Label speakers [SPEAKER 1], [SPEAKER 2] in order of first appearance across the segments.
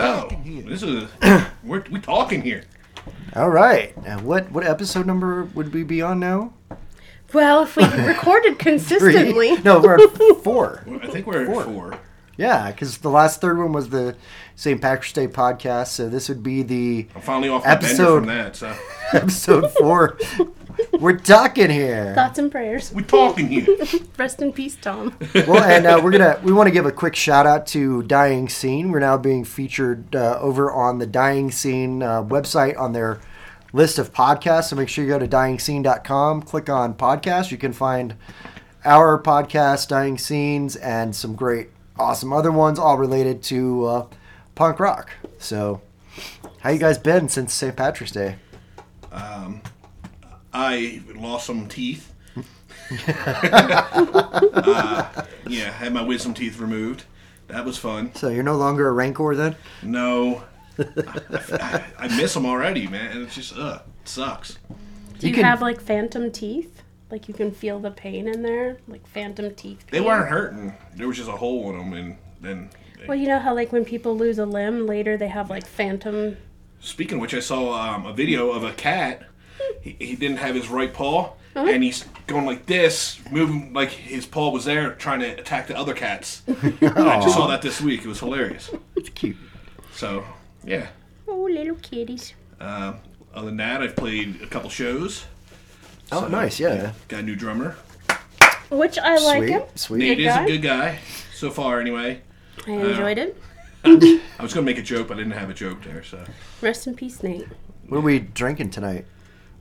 [SPEAKER 1] Oh, We're talking here.
[SPEAKER 2] All right. Uh, what what episode number would we be on now?
[SPEAKER 3] Well, if we recorded consistently,
[SPEAKER 2] No, we're on four.
[SPEAKER 1] I think we're
[SPEAKER 2] Four.
[SPEAKER 1] at four.
[SPEAKER 2] Yeah, because the last third one was the St. Patrick's Day podcast, so this would be the
[SPEAKER 1] I'm finally off my bender
[SPEAKER 2] Episode-
[SPEAKER 1] from that. So
[SPEAKER 2] episode four. We're talking here.
[SPEAKER 3] thoughts and prayers.
[SPEAKER 1] we're talking here.
[SPEAKER 3] Rest in peace, Tom.
[SPEAKER 2] Well, and uh, we're gonna we want to give a quick shout out to Dying Scene. We're now being featured uh, over on the Dying Scene uh, website on their list of podcasts. So make sure you go to dyingscene.com, click on podcast. You can find our podcast, Dying Scenes, and some great, awesome other ones, all related to uh, punk rock. So, how you guys been since St. Patrick's Day?
[SPEAKER 1] I lost some teeth. uh, yeah, had my wisdom teeth removed. That was fun.
[SPEAKER 2] So you're no longer a rancor then?
[SPEAKER 1] No, I, I, I miss them already, man. And it's just, uh, it sucks.
[SPEAKER 3] Do you,
[SPEAKER 2] can-
[SPEAKER 3] have like phantom teeth? Like you can feel the pain in there, like phantom teeth.
[SPEAKER 1] They
[SPEAKER 3] pain?
[SPEAKER 1] weren't hurting. There was just a hole in them, and then.
[SPEAKER 3] Well, you know how like when people lose a limb, later they have like phantom.
[SPEAKER 1] Speaking of which, I saw um, a video of a cat. He, he didn't have his right paw,
[SPEAKER 3] Uh-huh.
[SPEAKER 1] and he's going like this, moving like his paw was there, trying to attack the other cats. I just saw that this week. It was hilarious.
[SPEAKER 2] It's cute.
[SPEAKER 1] So, yeah.
[SPEAKER 3] Oh, little kitties.
[SPEAKER 1] Um, other than that, I've played a couple shows.
[SPEAKER 2] Oh, nice. Yeah.
[SPEAKER 1] Got a new drummer.
[SPEAKER 3] Which I like
[SPEAKER 2] Sweet.
[SPEAKER 3] him.
[SPEAKER 2] Sweet.
[SPEAKER 1] Nate
[SPEAKER 3] Good
[SPEAKER 1] is
[SPEAKER 3] guy?
[SPEAKER 1] a good uh, guy so far, anyway.
[SPEAKER 3] I enjoyed it.
[SPEAKER 1] I was gonna make a joke, but I didn't have a joke there. So,
[SPEAKER 3] Rest in peace, Nate.
[SPEAKER 2] What are we drinking tonight?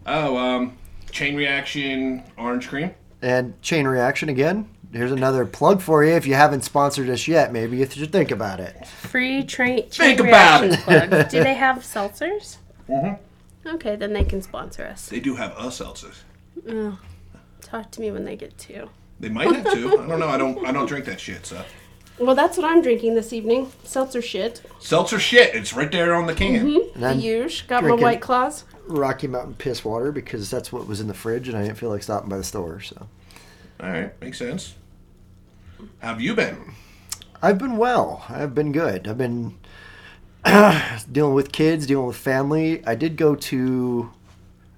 [SPEAKER 1] oh, um, chain reaction orange cream.
[SPEAKER 2] And Chain Reaction again. Here's another plug for you. If you haven't sponsored us yet, maybe you should think about it.
[SPEAKER 3] Free train.
[SPEAKER 1] Think about it.
[SPEAKER 3] Plug. Do they have seltzers? Mm-hmm. Okay, then they can sponsor us.
[SPEAKER 1] They do have us seltzers.
[SPEAKER 3] Talk to me when they get to.
[SPEAKER 1] They might have to. I don't know. I don't. I don't drink that shit. So.
[SPEAKER 3] Well, that's what I'm drinking this evening. Seltzer shit.
[SPEAKER 1] Seltzer shit. It's right there on the can.
[SPEAKER 2] And I'm
[SPEAKER 3] Huge. Got
[SPEAKER 2] drinking-
[SPEAKER 3] my white claws.
[SPEAKER 2] Rocky Mountain piss water because that's what was in the fridge, and I didn't feel like stopping by the store. So
[SPEAKER 1] All right, makes sense. How have you been?
[SPEAKER 2] I've been well. I've been good. I've been dealing with kids, dealing with family. I did go to.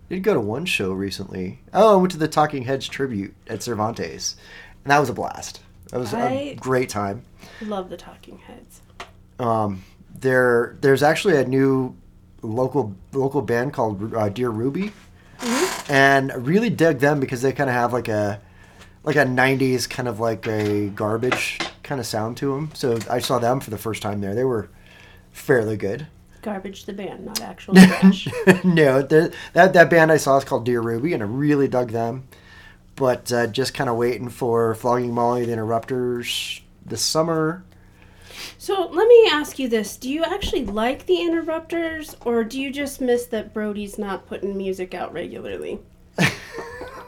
[SPEAKER 2] I Did go to one show recently. Oh, I went to the Talking Heads tribute at Cervantes, and that was a blast. That was a
[SPEAKER 3] I-
[SPEAKER 2] great time.
[SPEAKER 3] Love the Talking Heads.
[SPEAKER 2] Um, there there's actually a new local local band called uh, Dear Ruby, and I really dig them because they kind of have like a like a '90s kind of like a garbage kind of sound to them. So I saw them for the first time there. They were fairly good.
[SPEAKER 3] Garbage the band, not actual trash.
[SPEAKER 2] no, the, that that band I saw is called Dear Ruby, and I really dug them. But uh, just kind of waiting for Flogging Molly the Interrupters this summer.
[SPEAKER 3] so let me ask you this: Do you actually like the Interrupters, or do you just miss that Brody's not putting music out regularly?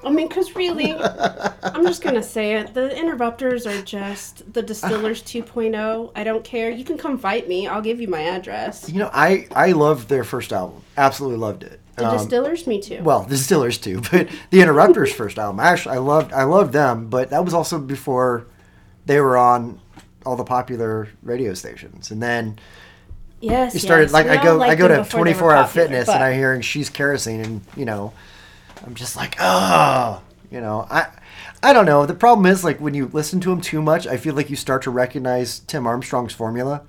[SPEAKER 3] I mean, because really, I'm just gonna say it: the Interrupters are just the Distillers 2.0. I don't care. You can come fight me. I'll give you my address.
[SPEAKER 2] You know, I I loved their first album. Absolutely loved it.
[SPEAKER 3] The
[SPEAKER 2] Um,
[SPEAKER 3] Distillers, me too.
[SPEAKER 2] well, the Distillers too, but the Interrupters' first album. Actually, I loved I loved them, but that was also before they were on all the popular radio stations. And then
[SPEAKER 3] yes,
[SPEAKER 2] you started
[SPEAKER 3] yes.
[SPEAKER 2] like
[SPEAKER 3] We
[SPEAKER 2] I
[SPEAKER 3] all
[SPEAKER 2] go I
[SPEAKER 3] liked
[SPEAKER 2] go
[SPEAKER 3] them
[SPEAKER 2] to
[SPEAKER 3] before they
[SPEAKER 2] Twenty
[SPEAKER 3] were
[SPEAKER 2] Four Hour
[SPEAKER 3] popular,
[SPEAKER 2] Fitness
[SPEAKER 3] but-
[SPEAKER 2] and I'm hearing she's kerosene, and you know, I'm just like, oh, you know, I. I don't know. The problem is, like, when you listen to him too much, I feel like you start to recognize Tim Armstrong's formula,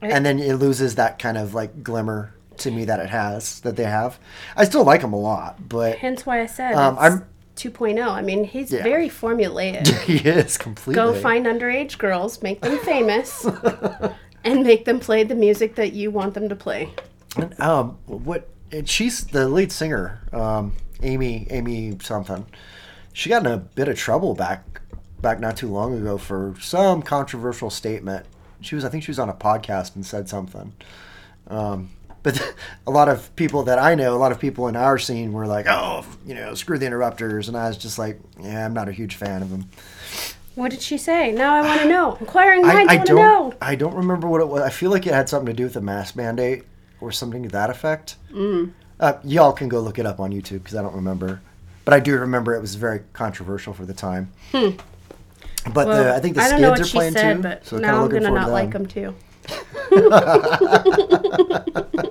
[SPEAKER 2] and then it loses that kind of like glimmer to me that it has that they have. I still like him a lot, but
[SPEAKER 3] Hence why I said
[SPEAKER 2] Um,
[SPEAKER 3] it's
[SPEAKER 2] I'm-
[SPEAKER 3] 2.0. I mean, he's
[SPEAKER 2] Yeah.
[SPEAKER 3] very formulaic.
[SPEAKER 2] he is completely.
[SPEAKER 3] Go find underage girls, make them famous, and make them play the music that you want them to play.
[SPEAKER 2] And, um, what? And she's the lead singer, um, Amy, Amy something. She got in a bit of trouble back, back not too long ago for some controversial statement. She was, I think, she was on a podcast and said something. Um, but a lot of people that I know, a lot of people in our scene were like, "Oh, you know, screw the interrupters," and I was just like, "Yeah, I'm not a huge fan of them."
[SPEAKER 3] What did she say? Now I want to know. Inquiring
[SPEAKER 2] I,
[SPEAKER 3] minds
[SPEAKER 2] I
[SPEAKER 3] want to know.
[SPEAKER 2] don't. I don't remember what it was. I feel like it had something to do with a mask mandate or something to that effect.
[SPEAKER 3] Mm.
[SPEAKER 2] Uh, y'all can go look it up on YouTube because I don't remember, but I do remember it was very controversial for the time. But the, I think the
[SPEAKER 3] Hmm.
[SPEAKER 2] Skids
[SPEAKER 3] I don't know what
[SPEAKER 2] are
[SPEAKER 3] she
[SPEAKER 2] playing
[SPEAKER 3] said,
[SPEAKER 2] too,
[SPEAKER 3] but
[SPEAKER 2] so kinda
[SPEAKER 3] now I'm
[SPEAKER 2] looking
[SPEAKER 3] gonna
[SPEAKER 2] forward
[SPEAKER 3] not
[SPEAKER 2] to
[SPEAKER 3] like
[SPEAKER 2] them.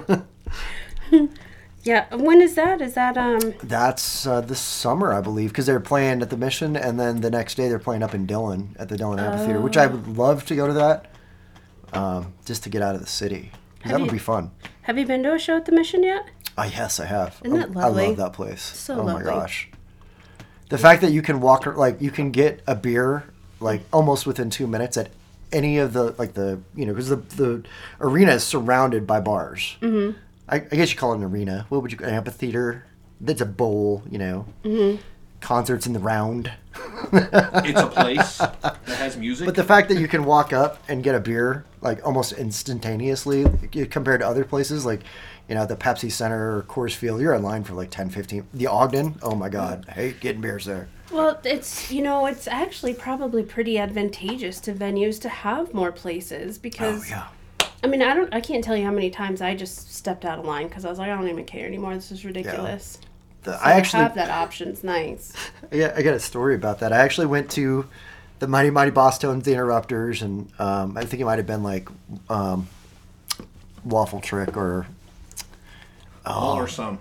[SPEAKER 3] them too. Yeah. When is that? Is that um?
[SPEAKER 2] That's uh, this summer, I believe, because they're playing at the Mission, and then the next day they're playing up in Dillon at the Dillon Amphitheater, which
[SPEAKER 3] Oh.
[SPEAKER 2] I would love to go to that, um, just to get out of the city. 'Cause
[SPEAKER 3] Have
[SPEAKER 2] That would
[SPEAKER 3] you-
[SPEAKER 2] be fun.
[SPEAKER 3] Have you been to a show at the Mission yet?
[SPEAKER 2] Ah, yes, I have.
[SPEAKER 3] Isn't
[SPEAKER 2] I-
[SPEAKER 3] that
[SPEAKER 2] I
[SPEAKER 3] lovely?
[SPEAKER 2] love that place.
[SPEAKER 3] So
[SPEAKER 2] oh
[SPEAKER 3] lovely.
[SPEAKER 2] my gosh. The fact that you can walk, ar- like you can get a beer, like almost within two minutes at any of the, like the, you know, because the the arena is surrounded by bars. Mm-hmm. I, I guess you call it an arena. What would you? An amphitheater. That's a bowl, you know. Mm-hmm. Concerts in the round.
[SPEAKER 1] It's a place that has music.
[SPEAKER 2] But the fact that you can walk up and get a beer like almost instantaneously like, compared to other places like you know at the Pepsi Center or Coors Field, you're in line for like 10, 15. The Ogden, oh my God, I hate getting beers there.
[SPEAKER 3] Well, it's you know it's actually probably pretty advantageous to venues to have more places because I mean I don't I can't tell you how many times I just stepped out of line because I was like I don't even care anymore this is ridiculous.
[SPEAKER 2] The-
[SPEAKER 3] So
[SPEAKER 2] I
[SPEAKER 3] to
[SPEAKER 2] actually,
[SPEAKER 3] have that option's nice.
[SPEAKER 2] yeah, I got a story about that. I actually went to the Mighty Mighty Boss Tones, The Interrupters, and um, I think it might have been like um, Waffle Trick or
[SPEAKER 1] all or some.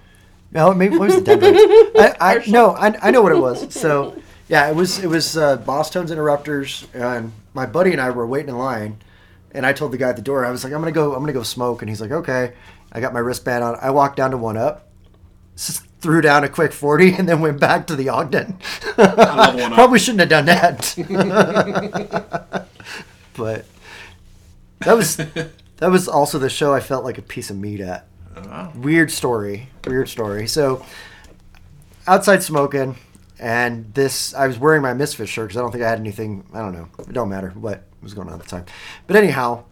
[SPEAKER 2] No, maybe what was the Denver? I, I no, I, I know what it was. So yeah, it was it was uh, Boston's interrupters, and my buddy and I were waiting in line, and I told the guy at the door, I was like, I'm gonna go, I'm gonna go smoke, and he's like, okay. I got my wristband on. I walked down to one up, s threw down a quick forty, and then went back to the Ogden.
[SPEAKER 1] love one up.
[SPEAKER 2] Probably shouldn't have done that, but that was that was also the show I felt like a piece of meat at
[SPEAKER 1] Uh,
[SPEAKER 2] weird story weird story so outside smoking and this i was wearing my misfit shirt because i don't think i had anything i don't know it don't matter what was going on at the time but anyhow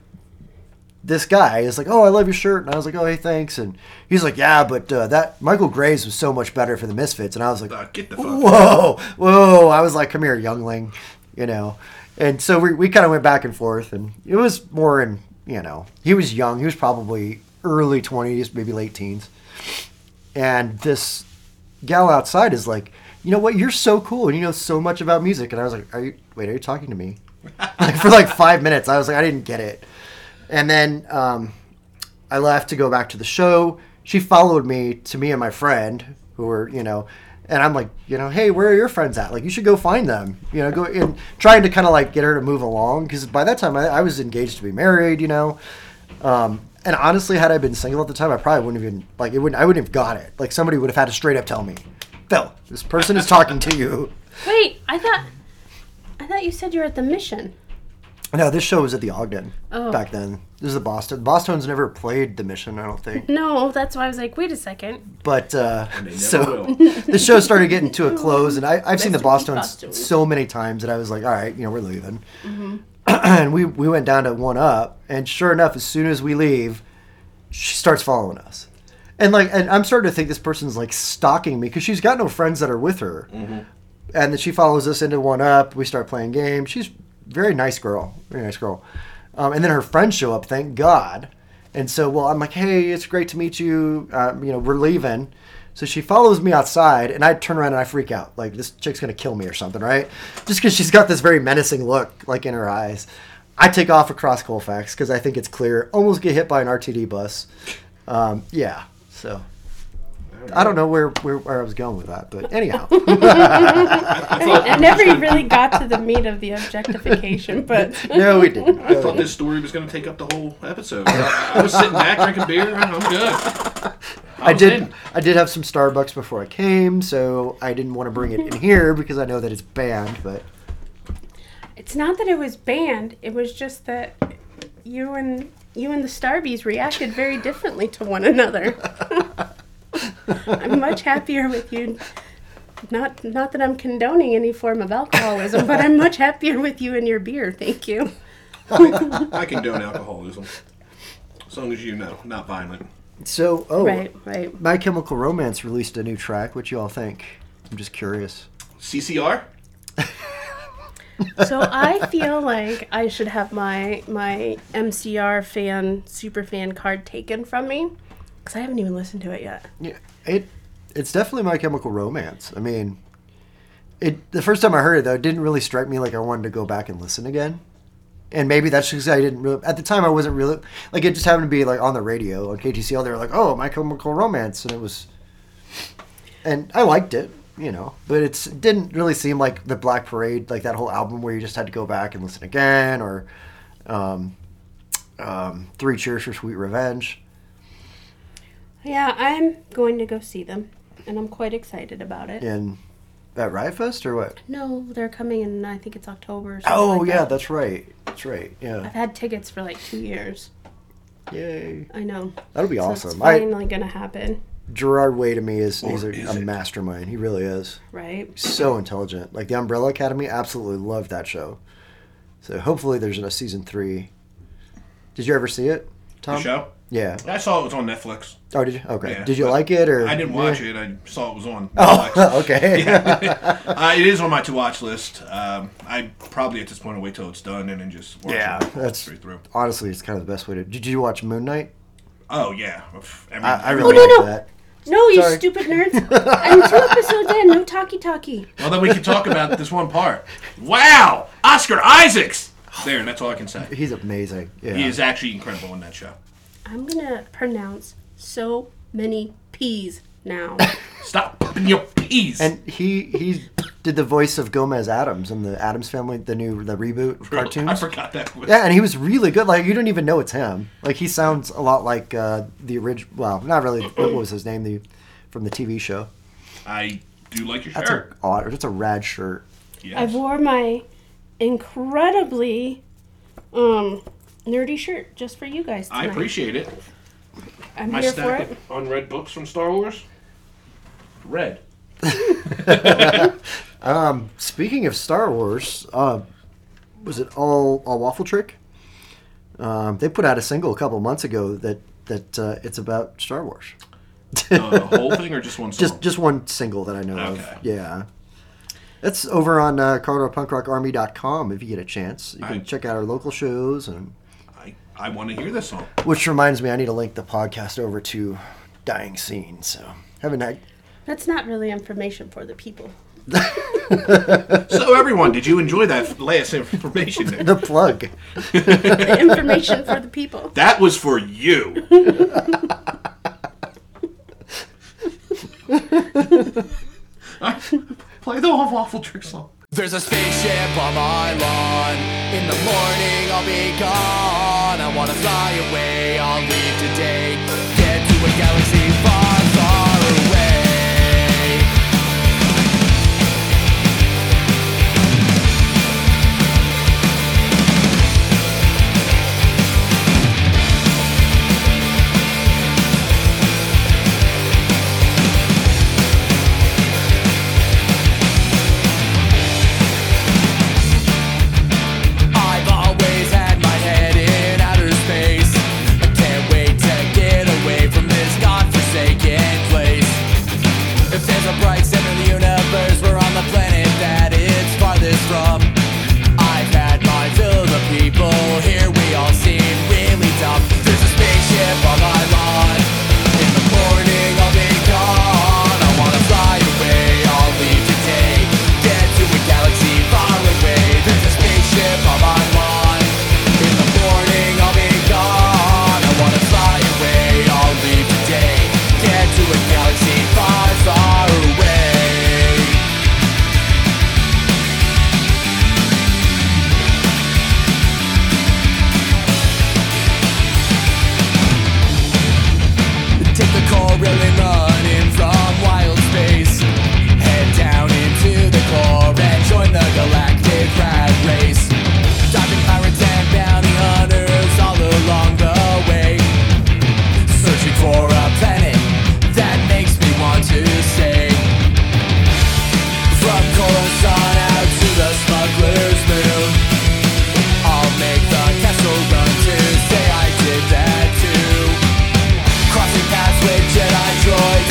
[SPEAKER 2] this guy is like oh i love your shirt and i was like oh hey thanks and he's like yeah but uh, that michael graves was so much better for the misfits and i was like
[SPEAKER 1] Uh, get the fuck.
[SPEAKER 2] whoa whoa i was like come here youngling you know and so we, we kind of went back and forth and it was more in you know he was young he was probably early 20s maybe late teens and this gal outside is like you know what you're so cool and you know so much about music and i was like are you wait are you talking to me like for like five minutes i was like i didn't get it and then um, I left to go back to the show. She followed me to me and my friend, who were, you know, and I'm like, you know, hey, where are your friends at? Like, you should go find them, you know, go and trying to kind of like get her to move along because by that time I, I was engaged to be married, you know. Um, and honestly, had I been single at the time, I probably wouldn't have even like it wouldn't I wouldn't have got it. Like somebody would have had to straight up tell me, Phil, this person is talking to you.
[SPEAKER 3] Wait, I thought I thought you said you were at the Mission.
[SPEAKER 2] No, this show was at the Ogden
[SPEAKER 3] Oh.
[SPEAKER 2] back then. This is the Boston. Boston's never played the Mission, I don't think.
[SPEAKER 3] No, that's why I was like wait a second.
[SPEAKER 2] But uh,
[SPEAKER 1] they never
[SPEAKER 2] so
[SPEAKER 1] will.
[SPEAKER 2] the show started getting to a close, and I, I've seen the
[SPEAKER 3] Best
[SPEAKER 2] Boston
[SPEAKER 3] of Boston.
[SPEAKER 2] so many times that I was like, all right, you know, we're leaving. and we, we went down to one up, and sure enough, as soon as we leave, she starts following us. And like, and I'm starting to think this person's like stalking me because she's got no friends that are with her.
[SPEAKER 1] Mm-hmm.
[SPEAKER 2] And then she follows us into one up. We start playing games. She's a very nice girl, very nice girl. Um, and then her friends show up. Thank God. And so, well, I'm like, hey, it's great to meet you. Um, you know, we're leaving. So she follows me outside, and I turn around and I freak out. Like this chick's gonna kill me or something, right? Just because she's got this very menacing look, like in her eyes. I take off across Colfax because I think it's clear. Almost get hit by an RTD bus. Um, yeah. So I don't know where, where where I was going with that, but anyhow.
[SPEAKER 1] I thought,
[SPEAKER 3] I never really got to the meat of the objectification, but
[SPEAKER 2] no, we didn't.
[SPEAKER 1] I thought this story was going to take up the whole episode. I, I was sitting back drinking beer. I'm, I'm good.
[SPEAKER 2] I
[SPEAKER 1] was
[SPEAKER 2] did.
[SPEAKER 1] in.
[SPEAKER 2] I did have some Starbucks before I came, so I didn't want to bring it in here because I know that it's banned. But
[SPEAKER 3] It's not that it was banned. It was just that you and you and the Starbies reacted very differently to one another. I'm much happier with you. Not not that I'm condoning any form of alcoholism, but I'm much happier with you and your beer. Thank you.
[SPEAKER 1] I condone alcoholism. As long as you know, not violent.
[SPEAKER 2] so, oh,
[SPEAKER 3] Right, right.
[SPEAKER 2] My Chemical Romance released a new track. What you all think? I'm just curious.
[SPEAKER 1] CCR?
[SPEAKER 3] So I feel like I should have my my MCR fan super fan card taken from me because I haven't even listened to it yet.
[SPEAKER 2] Yeah, it it's definitely My Chemical Romance. I mean, it the first time I heard it though, it didn't really strike me like I wanted to go back and listen again. And maybe that's just 'cause I didn't really, at the time I wasn't really, like it just happened to be like on the radio on KTCL. They were like, oh, My Chemical Romance. And it was, and I liked it, you know, but it's, it didn't really seem like the Black Parade, like that whole album where you just had to go back and listen again or um, um, Three Cheers for Sweet Revenge.
[SPEAKER 3] Yeah, I'm going to go see them, and I'm quite excited about it.
[SPEAKER 2] And at Riot Fest or what?
[SPEAKER 3] No, they're coming in. I think it's October. Or something
[SPEAKER 2] Oh,
[SPEAKER 3] like
[SPEAKER 2] yeah,
[SPEAKER 3] that.
[SPEAKER 2] that's right. That's right. Yeah.
[SPEAKER 3] I've had tickets for like two years.
[SPEAKER 2] Yay.
[SPEAKER 3] I know.
[SPEAKER 2] That'll be
[SPEAKER 3] Uh, So
[SPEAKER 2] awesome.
[SPEAKER 3] It's
[SPEAKER 2] I-
[SPEAKER 3] finally gonna happen,
[SPEAKER 2] Gerard Way to me is,
[SPEAKER 1] Or
[SPEAKER 2] he's a,
[SPEAKER 1] is
[SPEAKER 2] a
[SPEAKER 1] it?
[SPEAKER 2] mastermind. He really is.
[SPEAKER 3] right?
[SPEAKER 2] So intelligent. Like the Umbrella Academy absolutely loved that show. So hopefully there's a season three. Did you ever see it, Tom?
[SPEAKER 1] The show?
[SPEAKER 2] Yeah.
[SPEAKER 1] I saw it was on Netflix.
[SPEAKER 2] Oh, did you? Okay.
[SPEAKER 1] Yeah,
[SPEAKER 2] did you
[SPEAKER 1] but
[SPEAKER 2] like it or?
[SPEAKER 1] I didn't watch it. I saw it was on.
[SPEAKER 2] Oh, okay.
[SPEAKER 1] uh, it is on my to watch list. Um, I probably at this point will wait till it's done and then just watch
[SPEAKER 2] Yeah,
[SPEAKER 1] it
[SPEAKER 2] that's-
[SPEAKER 1] straight through.
[SPEAKER 2] Honestly, it's kind of the best way to. Did you watch Moon Knight?
[SPEAKER 1] Oh yeah, Oof, I mean,
[SPEAKER 2] I, I
[SPEAKER 1] everybody-
[SPEAKER 2] really
[SPEAKER 3] Oh, no,
[SPEAKER 2] like
[SPEAKER 3] no.
[SPEAKER 2] that.
[SPEAKER 3] No, you
[SPEAKER 2] Sorry.
[SPEAKER 3] stupid nerds. I'm two episodes in. No talkie talkie.
[SPEAKER 1] Well, then we can talk about this one part. Wow, Oscar Isaacs. There, that's all I can say.
[SPEAKER 2] He's amazing. Yeah.
[SPEAKER 1] He is actually incredible in that show.
[SPEAKER 3] I'm gonna pronounce so many P's now.
[SPEAKER 1] Stop popping your peas.
[SPEAKER 2] And he he did the voice of Gomez Adams in the Adams Family, the new the reboot cartoons.
[SPEAKER 1] I forgot that. Was,
[SPEAKER 2] Yeah, and he was really good. Like you don't even know it's him. Like he sounds a lot like uh, the original. Well, not really. What was his name? The from the TV show.
[SPEAKER 1] I do like your
[SPEAKER 2] That's
[SPEAKER 1] shirt.
[SPEAKER 2] a odd. That's a rad shirt.
[SPEAKER 3] I
[SPEAKER 1] Yes.
[SPEAKER 3] wore my incredibly um, nerdy shirt just for you guys
[SPEAKER 1] I
[SPEAKER 3] tonight.
[SPEAKER 1] appreciate it.
[SPEAKER 3] I'm
[SPEAKER 1] My
[SPEAKER 3] here for
[SPEAKER 1] stack
[SPEAKER 3] it.
[SPEAKER 1] of unread books from Star Wars. Red.
[SPEAKER 2] Speaking of Star Wars, uh, was it all all waffle trick? Um, they put out a single a couple months ago that that uh, it's about Star Wars.
[SPEAKER 1] Uh, the whole thing or just one song?
[SPEAKER 2] Just just one single that I know
[SPEAKER 1] Okay.
[SPEAKER 2] of. Yeah. It's over on uh, ColoradoPunkRockArmy.com if you get a chance. You can
[SPEAKER 1] I-
[SPEAKER 2] check out our local shows and
[SPEAKER 1] I, I want to hear this song.
[SPEAKER 2] Which reminds me, I need to link the podcast over to Dying Scene. So haven't had
[SPEAKER 3] That's not really information for the people.
[SPEAKER 1] So everyone, did you enjoy that last information? There?
[SPEAKER 2] the plug.
[SPEAKER 3] The information for the people.
[SPEAKER 1] That was for you. Play the whole waffle trick song.
[SPEAKER 4] There's a spaceship on my lawn. In the morning, I'll be gone. I wanna fly away, I'll leave today. Get to a galaxy far, far away. I've always had my head in outer space. I can't wait to get away from this godforsaken place. If there's a bright center of the universe, we're on the planet that it's farthest from. I've had my fill of the people. Here we all seem really dumb. There's a spaceship on my lawn. In the morning, I'll be gone. I wanna fly away. I'll leave today. Get to a galaxy far away. There's a spaceship on my lawn. In the morning, I'll be gone. I wanna fly away. I'll leave today. Get to a galaxy far, far away. Take the core really running from wild space. Head down into the core and join the galactic rat race. Diving pirates and bounty hunters all along the way. Searching for a planet that makes me want to stay. From Coruscant out to the smuggler's moon. I'll make the castle run to say I did that too. Crossing paths with Jedi droids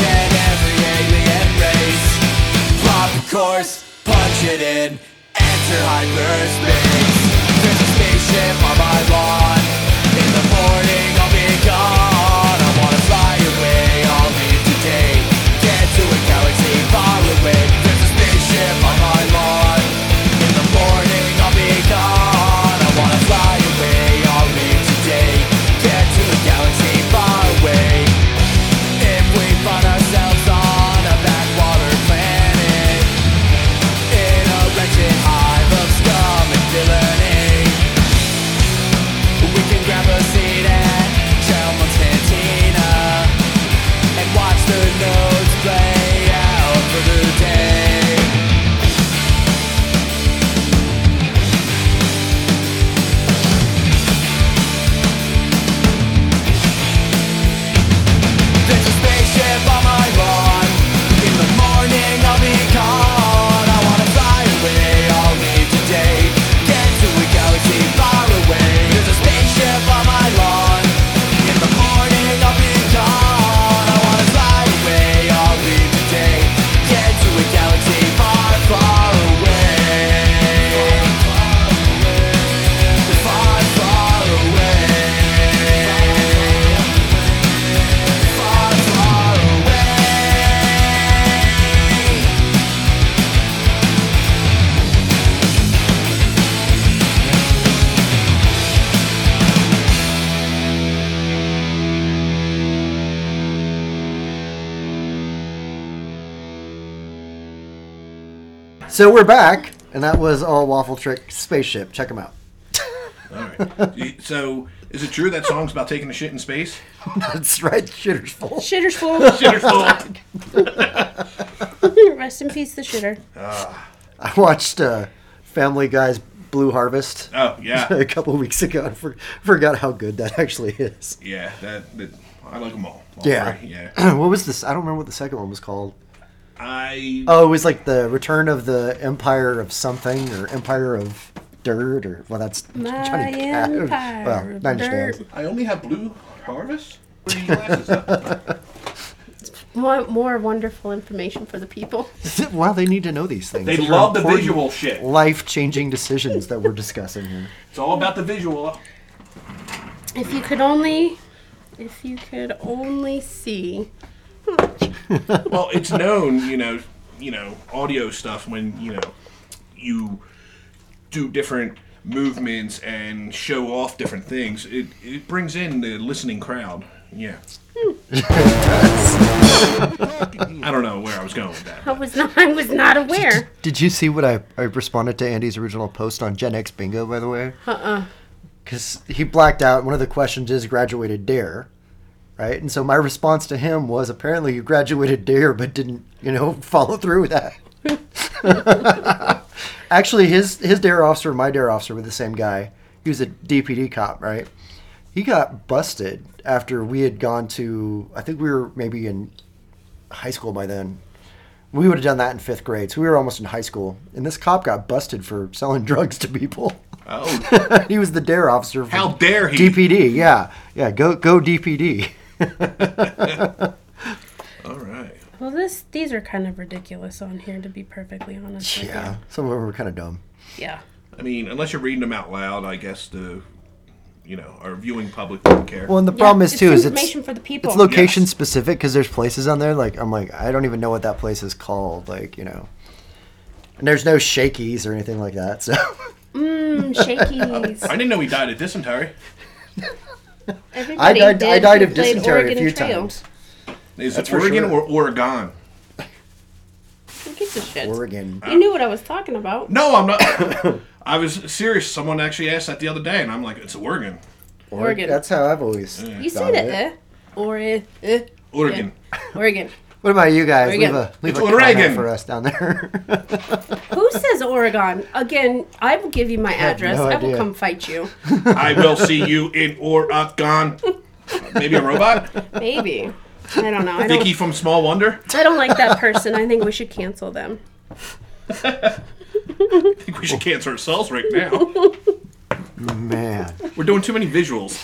[SPEAKER 4] we can grab a seat at Chelm's Cantina and watch the notes play out for the day. There's a spaceship on my lawn. In the morning I'll be gone. I wanna fly away. I'll leave today. Get to a galaxy far away. There's a spaceship on my lawn. In the morning I'll be gone. I wanna fly away. I'll leave today. Get to a galaxy far, far away. Far, far away. Far, far away.
[SPEAKER 2] So we're back, and that was all Waffle Trick Spaceship. Check them out.
[SPEAKER 1] All right. You- So, is it true that song's about taking a shit in space?
[SPEAKER 2] That's right, shitter's full.
[SPEAKER 3] Shitter's full.
[SPEAKER 1] Shitter's full.
[SPEAKER 3] Rest in peace, the shitter.
[SPEAKER 2] I watched uh, Family Guy's Blue Harvest
[SPEAKER 1] Oh yeah,
[SPEAKER 2] a couple weeks ago and for- forgot how good that actually is.
[SPEAKER 1] yeah. That, that I like them all. All
[SPEAKER 2] Yeah.
[SPEAKER 1] three, yeah.
[SPEAKER 2] what was this? I don't remember what the second one was called.
[SPEAKER 1] I
[SPEAKER 2] Oh, it was like the Return of the Empire of something or Empire of Dirt or well, that's
[SPEAKER 3] My
[SPEAKER 2] Johnny Cash.
[SPEAKER 3] empire
[SPEAKER 2] Well,
[SPEAKER 3] of
[SPEAKER 2] Nine Inch
[SPEAKER 3] dirt.
[SPEAKER 2] Nails.
[SPEAKER 1] I only have blue harvest. Where are your glasses at?
[SPEAKER 3] More, more wonderful information for the people.
[SPEAKER 2] Wow, they need to know these things.
[SPEAKER 1] They
[SPEAKER 2] These are
[SPEAKER 1] love the
[SPEAKER 2] important
[SPEAKER 1] visual shit.
[SPEAKER 2] life-changing decisions that we're discussing here.
[SPEAKER 1] It's all about the visual.
[SPEAKER 3] If you could only, if you could only see.
[SPEAKER 1] Well, it's known, you know, you know, audio stuff when you know you do different movements and show off different things. It it brings in the listening crowd. Yeah. I don't know where I was going with that.
[SPEAKER 3] I was not. I was not aware.
[SPEAKER 2] Did you see what I, I responded to Andy's original post on Gen X Bingo, by the way? Uh uh Because he blacked out. One of the questions is graduated dare, right? And so my response to him was apparently you graduated dare, but didn't, you know, follow through with that. Actually, his, his dare officer and my dare officer were the same guy. He was a DPD cop, right? He got busted after we had gone to, I think we were maybe in high school by then. We would have done that in fifth grade, so we were almost in high school. And this cop got busted for selling drugs to people.
[SPEAKER 1] Oh,
[SPEAKER 2] he was the dare officer. For
[SPEAKER 1] how dare he?
[SPEAKER 2] DPD? Yeah, yeah. Go, go DPD.
[SPEAKER 1] All right.
[SPEAKER 3] Well, this these are kind of ridiculous on here, to be perfectly honest. with you.
[SPEAKER 2] Yeah, some of them were kind of dumb.
[SPEAKER 3] Yeah.
[SPEAKER 1] I mean, unless you're reading them out loud, I guess the you know our viewing public doesn't care.
[SPEAKER 2] Well, and the problem is
[SPEAKER 3] it's
[SPEAKER 2] too is it's
[SPEAKER 3] information for the people.
[SPEAKER 2] it's location
[SPEAKER 1] Yes.
[SPEAKER 2] specific because there's places on there like I'm like I don't even know what that place is called. Like you know, and there's no shakies or anything like that. So
[SPEAKER 3] Mm, shakies.
[SPEAKER 1] I didn't know he died of dysentery.
[SPEAKER 2] I
[SPEAKER 3] Everybody
[SPEAKER 2] died.
[SPEAKER 3] did
[SPEAKER 2] I died
[SPEAKER 3] who
[SPEAKER 2] of
[SPEAKER 3] played
[SPEAKER 2] dysentery a
[SPEAKER 3] Oregon
[SPEAKER 2] few
[SPEAKER 3] Trail.
[SPEAKER 2] times.
[SPEAKER 1] Is
[SPEAKER 2] That's
[SPEAKER 1] it
[SPEAKER 2] for
[SPEAKER 1] Oregon
[SPEAKER 2] sure.
[SPEAKER 1] or Oregon?
[SPEAKER 3] Who gives a shit?
[SPEAKER 2] Oregon.
[SPEAKER 3] You knew what I was talking about.
[SPEAKER 1] No, I'm not. I was serious. Someone actually asked that the other day, and I'm like, it's Oregon.
[SPEAKER 3] Oregon.
[SPEAKER 2] That's how I've always.
[SPEAKER 3] You say
[SPEAKER 2] thought of
[SPEAKER 3] that,
[SPEAKER 2] it.
[SPEAKER 3] eh? Or, eh, eh.
[SPEAKER 1] Oregon.
[SPEAKER 3] Oregon.
[SPEAKER 2] What about you guys? Leave
[SPEAKER 3] Oregon.
[SPEAKER 2] a leave
[SPEAKER 1] It's
[SPEAKER 2] a comment
[SPEAKER 1] Oregon.
[SPEAKER 2] for us down there.
[SPEAKER 3] Who says Oregon? Again, I will give you my address.
[SPEAKER 2] no
[SPEAKER 3] I will
[SPEAKER 2] idea.
[SPEAKER 3] come fight you.
[SPEAKER 1] I will see you in Oregon. Maybe a robot?
[SPEAKER 3] Maybe. I don't know. I
[SPEAKER 1] Vicky
[SPEAKER 3] don't,
[SPEAKER 1] from Small Wonder?
[SPEAKER 3] I don't like that person. I think we should cancel them.
[SPEAKER 1] I think we should cancel ourselves right now.
[SPEAKER 2] Man,
[SPEAKER 1] We're doing too many visuals.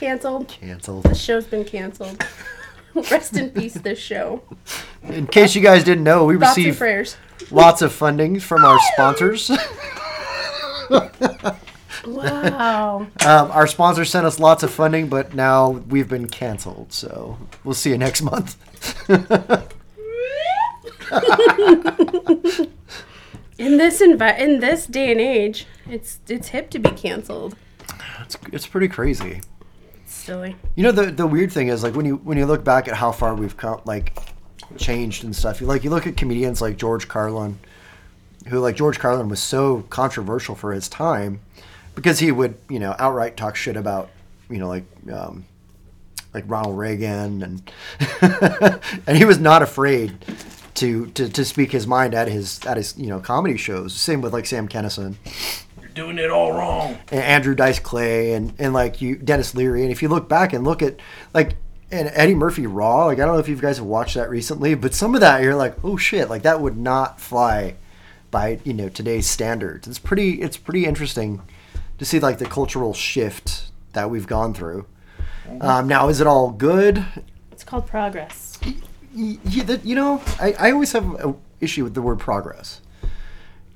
[SPEAKER 3] Canceled.
[SPEAKER 2] canceled.
[SPEAKER 3] Show's been canceled. Rest in peace, this show.
[SPEAKER 2] In case you guys didn't know, we
[SPEAKER 3] Thoughts and
[SPEAKER 2] receive
[SPEAKER 3] prayers.
[SPEAKER 2] lots of funding from our sponsors.
[SPEAKER 3] Wow.
[SPEAKER 2] Um, our sponsors sent us lots of funding, but now we've been canceled. So we'll see you next month.
[SPEAKER 3] In this envi- in this day and age, it's it's hip to be canceled.
[SPEAKER 2] It's, it's pretty crazy.
[SPEAKER 3] It's silly.
[SPEAKER 2] You know the the weird thing is like when you when you look back at how far we've come, like changed and stuff. You like you look at comedians like George Carlin, who like George Carlin was so controversial for his time, because he would you know outright talk shit about you know like um, like Ronald Reagan and and he was not afraid to, to to speak his mind at his at his you know comedy shows. Same with like Sam Kennison
[SPEAKER 1] You're doing it all wrong.
[SPEAKER 2] and Andrew Dice Clay and and like you Dennis Leary. And if you look back and look at like and Eddie Murphy Raw, like I don't know if you guys have watched that recently, but some of that you're like, oh shit, like that would not fly by you know today's standards. It's pretty it's pretty interesting to see like the cultural shift that we've gone through.
[SPEAKER 3] Mm-hmm.
[SPEAKER 2] Um, now, is it all good?
[SPEAKER 3] It's called progress.
[SPEAKER 2] Y- y- that- You know, I, I always have an issue with the word progress.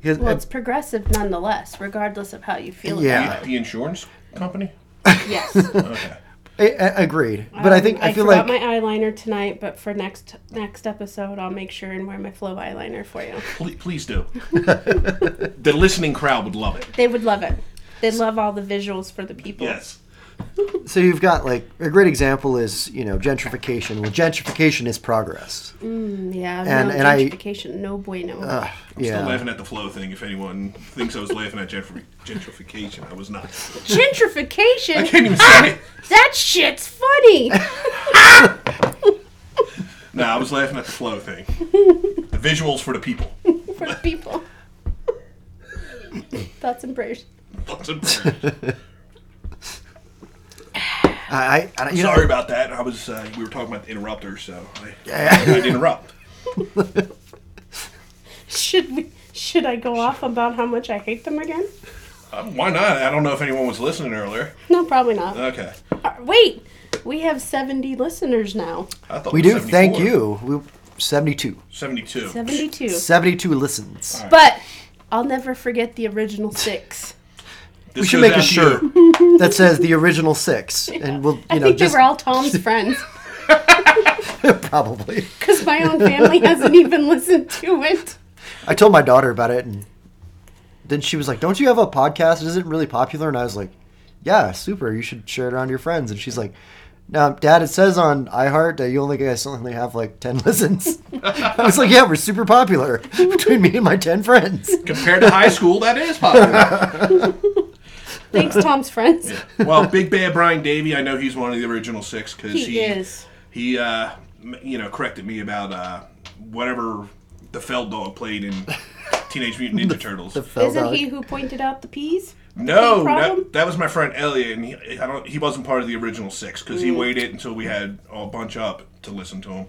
[SPEAKER 2] 'Cause-
[SPEAKER 3] Well, it's progressive nonetheless, regardless of how you feel
[SPEAKER 2] Yeah.
[SPEAKER 3] about
[SPEAKER 1] The, the insurance company.
[SPEAKER 3] it. Yes.
[SPEAKER 1] Okay.
[SPEAKER 2] I, I- agreed, but I think
[SPEAKER 3] Um,
[SPEAKER 2] I, feel like
[SPEAKER 3] forgot my eyeliner tonight, but for next next episode, I'll make sure and wear my flow eyeliner for you.
[SPEAKER 1] Please, please do. the listening crowd would love it.
[SPEAKER 3] They would love it. They love all the visuals for the people.
[SPEAKER 1] Yes.
[SPEAKER 2] So you've got like a great example is you know gentrification. Well, gentrification is progress.
[SPEAKER 3] Yeah.
[SPEAKER 2] And-
[SPEAKER 3] no
[SPEAKER 2] and I-
[SPEAKER 3] gentrification, no bueno.
[SPEAKER 1] Still
[SPEAKER 2] Yeah,
[SPEAKER 1] laughing at the flow thing. If anyone thinks I was laughing at gentri- gentrification, I was not. I
[SPEAKER 3] gentrification.
[SPEAKER 1] can't even say it.
[SPEAKER 3] that shit's funny.
[SPEAKER 1] No, I was laughing at the flow thing. The visuals for the people.
[SPEAKER 3] for the people. Thoughts and prayers.
[SPEAKER 1] Thoughts and prayers.
[SPEAKER 2] I, I, I you know,
[SPEAKER 1] Sorry about that. I was uh, we were talking about the interrupter, so I, I would interrupt.
[SPEAKER 3] Should we? Should I go off about how much I hate them again?
[SPEAKER 1] Uh, why not? I don't know if anyone was listening earlier.
[SPEAKER 3] No, probably not.
[SPEAKER 1] Okay.
[SPEAKER 3] Uh, Wait, we have seventy listeners now.
[SPEAKER 1] I thought
[SPEAKER 2] we
[SPEAKER 1] it was
[SPEAKER 2] do. Thank
[SPEAKER 1] 74.
[SPEAKER 2] you. We, 72.
[SPEAKER 1] 72.
[SPEAKER 3] Seventy-two.
[SPEAKER 2] 72 listens.
[SPEAKER 3] But I'll never forget the original six.
[SPEAKER 1] This
[SPEAKER 2] We should
[SPEAKER 1] goes
[SPEAKER 2] make
[SPEAKER 1] out
[SPEAKER 2] a
[SPEAKER 1] to
[SPEAKER 2] shirt
[SPEAKER 1] you.
[SPEAKER 2] that says the original six, and we'll
[SPEAKER 3] I
[SPEAKER 2] you know
[SPEAKER 3] think
[SPEAKER 2] just
[SPEAKER 3] they were all Tom's friends
[SPEAKER 2] probably.
[SPEAKER 3] because my own family hasn't even listened to it.
[SPEAKER 2] I told my daughter about it, and then she was like, "Don't you have a podcast? Is it really popular?" And I was like, "Yeah, super. You should share it around to your friends." And she's like, "Now, Dad, it says on iHeart that you only guys only have like ten listens." I was like, "Yeah, we're super popular between me and my ten friends."
[SPEAKER 1] Compared to high school, that is popular.
[SPEAKER 3] Thanks, Tom's friends.
[SPEAKER 1] well, Big Bad Brian Davy, I know he's one of the original six because
[SPEAKER 3] He
[SPEAKER 1] he,
[SPEAKER 3] is.
[SPEAKER 1] He, uh, m- you know, corrected me about uh, whatever the Feld dog played in Teenage Mutant Ninja Turtles.
[SPEAKER 2] Fell
[SPEAKER 3] Isn't
[SPEAKER 2] down.
[SPEAKER 3] he who pointed out the peas?
[SPEAKER 1] no,
[SPEAKER 3] problem?
[SPEAKER 1] that, that was my friend Elliot, and he, I don't, he wasn't part of the original six because he waited until we had a bunch up to listen to him.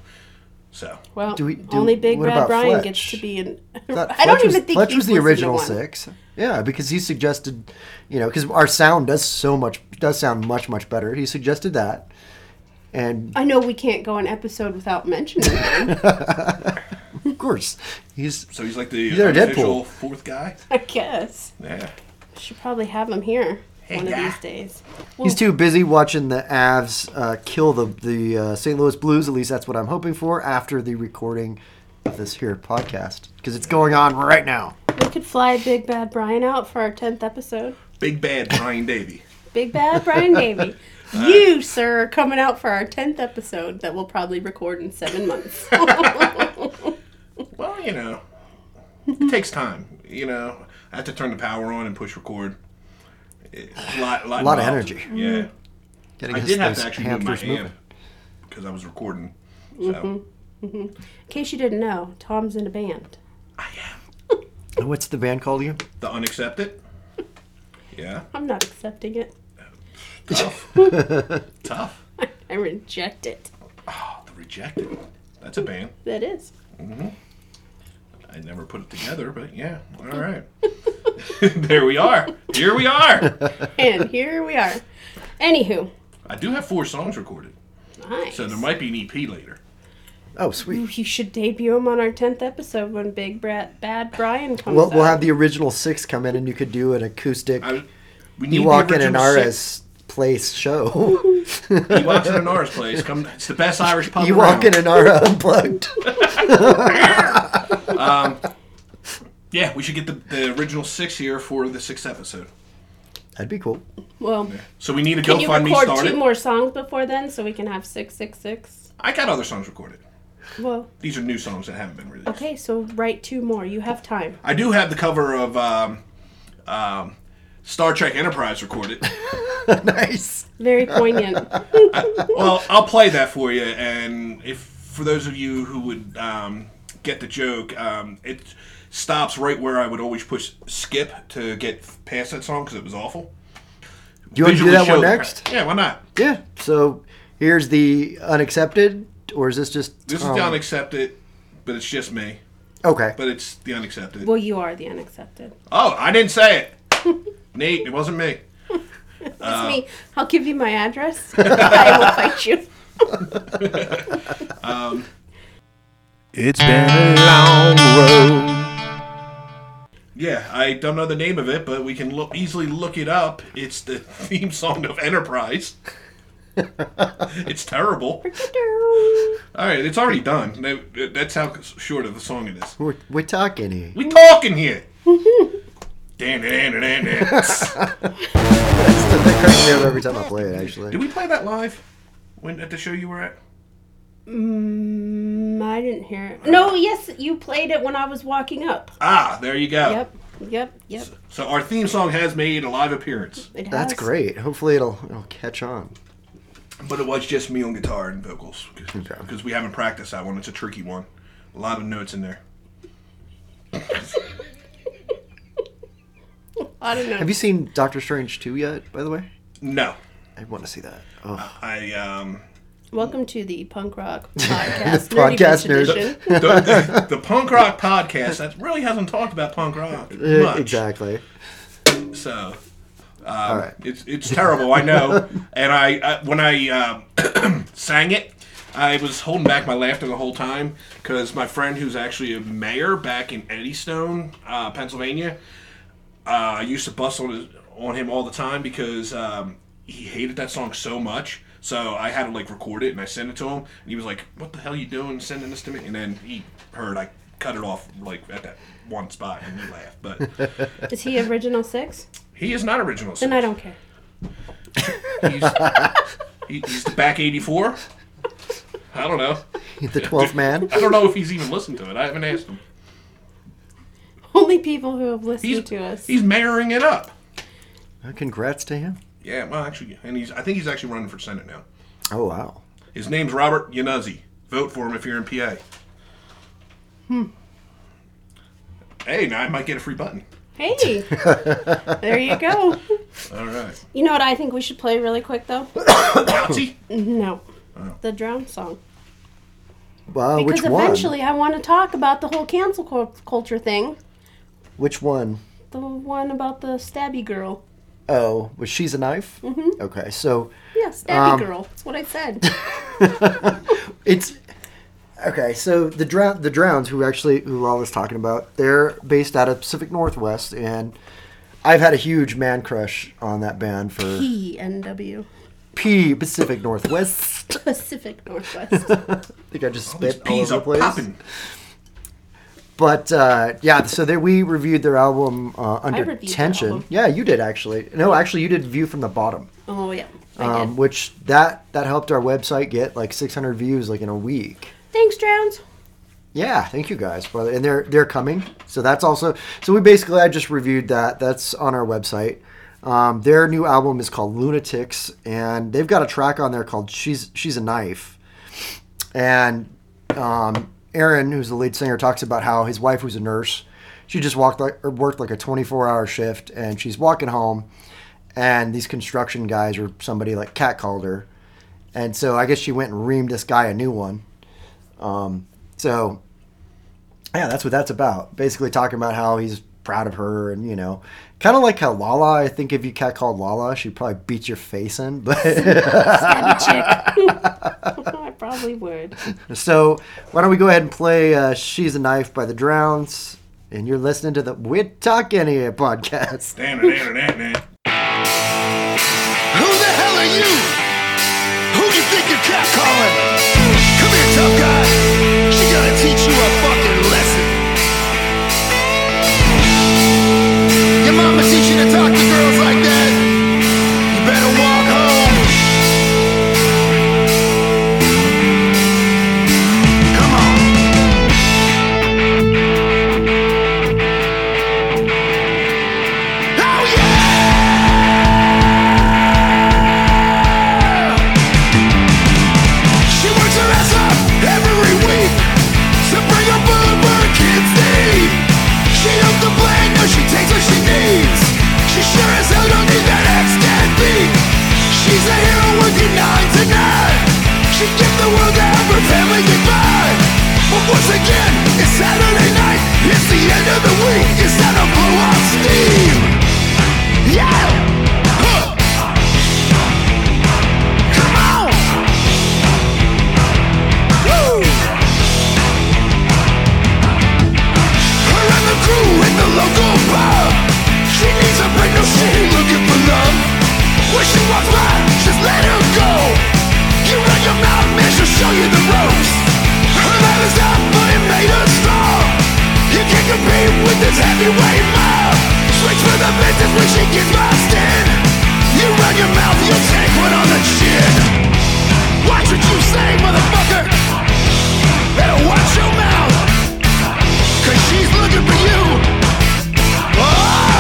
[SPEAKER 1] So
[SPEAKER 3] Well,
[SPEAKER 2] Do we- do-
[SPEAKER 3] only Big
[SPEAKER 2] what
[SPEAKER 3] Bad
[SPEAKER 2] about
[SPEAKER 3] Brian
[SPEAKER 2] Fletch?
[SPEAKER 3] gets to be in.
[SPEAKER 2] That-
[SPEAKER 3] I don't
[SPEAKER 2] Fletch was-
[SPEAKER 3] even think
[SPEAKER 2] Fletch
[SPEAKER 3] he's
[SPEAKER 2] was the
[SPEAKER 3] listened to
[SPEAKER 2] original
[SPEAKER 3] one.
[SPEAKER 2] six. Yeah, because he suggested, you know, because our sound does so much does sound much much better. He suggested that, and
[SPEAKER 3] I know we can't go an episode without mentioning him.
[SPEAKER 2] of course, he's
[SPEAKER 1] so he's like the
[SPEAKER 2] He's our
[SPEAKER 1] unofficial
[SPEAKER 2] Deadpool.
[SPEAKER 1] fourth guy.
[SPEAKER 3] I guess
[SPEAKER 1] Yeah.
[SPEAKER 3] should probably have him here one
[SPEAKER 1] yeah.
[SPEAKER 3] of these days.
[SPEAKER 2] He's too busy watching the Avs uh, kill the the uh, St. Louis Blues. At least that's what I'm hoping for after the recording of this here podcast because it's going on right now.
[SPEAKER 3] We could fly Big Bad Brian out for our tenth episode.
[SPEAKER 1] Big Bad Brian Davy.
[SPEAKER 3] Big Bad Brian Davy. You, sir, are coming out for our 10th episode that we'll probably record in seven months.
[SPEAKER 1] Well, you know, it takes time. You know, I have to turn the power on and push record. It's a lot, a lot,
[SPEAKER 2] lot of
[SPEAKER 1] involved.
[SPEAKER 2] energy.
[SPEAKER 1] Yeah,
[SPEAKER 2] Getting
[SPEAKER 1] I
[SPEAKER 2] his-
[SPEAKER 1] did have
[SPEAKER 2] those
[SPEAKER 1] to actually move my
[SPEAKER 2] hamsters
[SPEAKER 1] hand
[SPEAKER 2] moving.
[SPEAKER 1] because I was recording. So
[SPEAKER 3] in case you didn't know, Tom's in a band.
[SPEAKER 2] And Oh, What's the band called again?
[SPEAKER 1] the unaccepted. Yeah,
[SPEAKER 3] I'm not accepting it.
[SPEAKER 1] tough, tough.
[SPEAKER 3] I reject it.
[SPEAKER 1] The rejected. That's a band.
[SPEAKER 3] That is.
[SPEAKER 1] I never put it together, but yeah. All right. there we are. Here we are.
[SPEAKER 3] And here we are. Anywho.
[SPEAKER 1] I do have four songs recorded,
[SPEAKER 3] Nice.
[SPEAKER 1] so there might be an EP later.
[SPEAKER 2] Oh, sweet.
[SPEAKER 3] you should debut him on our 10th episode when Big Brat Bad Brian comes
[SPEAKER 2] We'll,
[SPEAKER 3] out.
[SPEAKER 2] we'll have the original six come in, and you could do an acoustic.
[SPEAKER 1] I, we need
[SPEAKER 2] You
[SPEAKER 1] the
[SPEAKER 2] walk in an
[SPEAKER 1] original six.
[SPEAKER 2] RS place show.
[SPEAKER 1] He walks in an Irish place. Come, it's the best Irish pub.
[SPEAKER 2] you walk in
[SPEAKER 1] around.
[SPEAKER 2] an RS unplugged.
[SPEAKER 1] Yeah, we should get the, the original six here for the sixth episode.
[SPEAKER 2] That'd be cool.
[SPEAKER 3] Well,
[SPEAKER 1] So we need to
[SPEAKER 3] can you
[SPEAKER 1] GoFundMe
[SPEAKER 3] record
[SPEAKER 1] started.
[SPEAKER 3] two more songs before then so we can have 666?
[SPEAKER 1] I got other songs recorded.
[SPEAKER 3] Well,
[SPEAKER 1] These are new songs that haven't been released.
[SPEAKER 3] okay, so write two more. You have time.
[SPEAKER 1] I do have the cover of um, um, Star Trek Enterprise recorded.
[SPEAKER 2] nice.
[SPEAKER 3] Very poignant.
[SPEAKER 1] well, I'll play that for you, and if for those of you who would um, get the joke, um, it stops right where I would always push skip to get past that song because it was awful.
[SPEAKER 2] Do you want to do
[SPEAKER 1] Visually
[SPEAKER 2] that
[SPEAKER 1] showed-
[SPEAKER 2] one next?
[SPEAKER 1] Yeah, why not?
[SPEAKER 2] Yeah. So here's the unaccepted, or is this just
[SPEAKER 1] This
[SPEAKER 2] um,
[SPEAKER 1] is the unaccepted, but it's just me.
[SPEAKER 2] Okay.
[SPEAKER 1] But it's the unaccepted.
[SPEAKER 3] well, you are the unaccepted.
[SPEAKER 1] Oh, I didn't say it. Nate, it wasn't me.
[SPEAKER 3] It's
[SPEAKER 1] Uh.
[SPEAKER 3] me. I'll give you my address. I will fight you.
[SPEAKER 5] It's been a long road.
[SPEAKER 1] Yeah, I don't know the name of it, but we can look, easily look it up. It's the theme song of Enterprise. it's terrible. All right, it's already done. That- That's how short of a song it is.
[SPEAKER 2] We're, we're talking here.
[SPEAKER 1] We talking here. Dan, dan, dan, dan, dan.
[SPEAKER 2] That's the that cracks me up every time I play it. Actually,
[SPEAKER 1] Did we play that live when at the show you were at?
[SPEAKER 3] Mm, I didn't hear it. No, yes, you played it when I was walking up.
[SPEAKER 1] Ah, there you go.
[SPEAKER 3] Yep, yep, yep.
[SPEAKER 1] So our theme song has made a live appearance,
[SPEAKER 3] It
[SPEAKER 2] that's
[SPEAKER 3] has.
[SPEAKER 2] great. Hopefully, it'll it'll catch on.
[SPEAKER 1] but it was just me on guitar and vocals because
[SPEAKER 2] Okay.
[SPEAKER 1] we haven't practiced that one. It's a tricky one. A lot of notes in there.
[SPEAKER 3] I don't know.
[SPEAKER 2] Have you seen Doctor Strange two yet? By the way,
[SPEAKER 1] No,
[SPEAKER 2] I want to see that. Oh,
[SPEAKER 1] I um
[SPEAKER 3] Welcome to the punk rock podcast.
[SPEAKER 2] The podcast
[SPEAKER 3] podcast
[SPEAKER 2] nerd.
[SPEAKER 3] edition.
[SPEAKER 1] the, the, the punk rock podcast that really hasn't talked about punk rock much.
[SPEAKER 2] exactly.
[SPEAKER 1] So
[SPEAKER 2] All right.
[SPEAKER 1] It's it's terrible, I know. And I, I when I um, sang it, I was holding back my laughter the whole time because my friend, who's actually a mayor back in Eddystone, uh, Pennsylvania, uh, I used to bust on, his, on him all the time because um, he hated that song so much. So I had to like record it and I sent it to him, and he was like, "What the hell you doing sending this to me?" And then he heard I cut it off like at that one spot and he laughed. But
[SPEAKER 3] Is he original six?
[SPEAKER 1] he is not original.
[SPEAKER 3] Then I don't care.
[SPEAKER 1] He's, he- he's the back 84. I don't know.
[SPEAKER 2] The Twelfth Man.
[SPEAKER 1] I don't know if he's even listened to it. I haven't asked him.
[SPEAKER 3] Only people who have listened
[SPEAKER 1] He's,
[SPEAKER 3] to us.
[SPEAKER 1] he's mayoring it up.
[SPEAKER 2] Congrats to him.
[SPEAKER 1] Yeah, well, actually, and he's I think he's actually running for Senate now.
[SPEAKER 2] Oh wow.
[SPEAKER 1] His name's Robert Yanuzzi. Vote for him if you're in PA. Hmm. Hey, now I might get a free button.
[SPEAKER 3] Hey, there you go.
[SPEAKER 1] All right.
[SPEAKER 3] You know what I think we should play really quick though?
[SPEAKER 1] Yahtzee?
[SPEAKER 3] No,
[SPEAKER 1] Oh.
[SPEAKER 3] the drown song.
[SPEAKER 2] Wow.
[SPEAKER 3] Because
[SPEAKER 2] which one?
[SPEAKER 3] eventually I want to talk about the whole cancel cul- culture thing.
[SPEAKER 2] Which one?
[SPEAKER 3] The one about the stabby girl.
[SPEAKER 2] Oh, was she's a knife? Mm-hmm. Okay, so
[SPEAKER 3] Yeah, stabby
[SPEAKER 2] Um,
[SPEAKER 3] girl. That's what I said.
[SPEAKER 2] it's okay. So the drown, the drowns who actually who I was talking about, they're based out of Pacific Northwest, and I've had a huge man crush on that band for
[SPEAKER 3] P E N W
[SPEAKER 2] P Pacific Northwest.
[SPEAKER 3] Pacific Northwest.
[SPEAKER 2] I think I just spit
[SPEAKER 1] These
[SPEAKER 2] all
[SPEAKER 1] peas
[SPEAKER 2] over
[SPEAKER 1] are
[SPEAKER 2] the place.
[SPEAKER 1] popping.
[SPEAKER 2] But uh, yeah, so there we reviewed their album uh, under
[SPEAKER 3] reviewed their
[SPEAKER 2] tension.
[SPEAKER 3] album.
[SPEAKER 2] Yeah, you did actually. No, actually, you did View from the Bottom,
[SPEAKER 3] oh yeah, I
[SPEAKER 2] um,
[SPEAKER 3] did.
[SPEAKER 2] which that that helped our website get like 600 views like in a week.
[SPEAKER 3] Thanks, drowns.
[SPEAKER 2] Yeah, thank you guys, brother. And they're they're coming. So that's also so we basically I just reviewed that. That's on our website. Um, their new album is called Lunatics, and they've got a track on there called She's She's a Knife. And um, Aaron, who's the lead singer, talks about how his wife, who's a nurse, she just walked like or worked like a 24-hour shift, and she's walking home, and these construction guys or somebody like cat called her, and so I guess she went and reamed this guy a new one. Um, So, yeah, that's what that's about. Basically, talking about how he's proud of her, and you know, kind of like how Lala. I think if you cat called Lala, she'd probably beat your face in. But
[SPEAKER 3] I probably would.
[SPEAKER 2] so, why don't we go ahead and play uh, "She's a Knife" by the Drowns? And you're listening to the We're Talking Here podcast.
[SPEAKER 1] Dan, dan, dan, dan.
[SPEAKER 5] Who the hell are you? Who do you think you're catcalling? Come here, tough guy. She gotta teach you a fucking lesson. Your mama teach you to talk to girls like that. You better walk home. Come on. Oh yeah!
[SPEAKER 4] She gave the world to help her family goodbye. But once again, it's Saturday night. It's the end of the week. It's time to blow off steam. Yeah. Huh. Come on. Woo. Her and the crew in the local bar. She needs a break, no she ain't looking for love. When she walks by, just let her go. You run your mouth, man, she'll show you the ropes. Her love is up, but it made her strong. You can't compete with this heavyweight mob. Switch for the business when she gets boxed in. You run your mouth, you'll take one on the chin. Watch what you say, motherfucker. Better watch your mouth. Cause she's looking for you. Oh!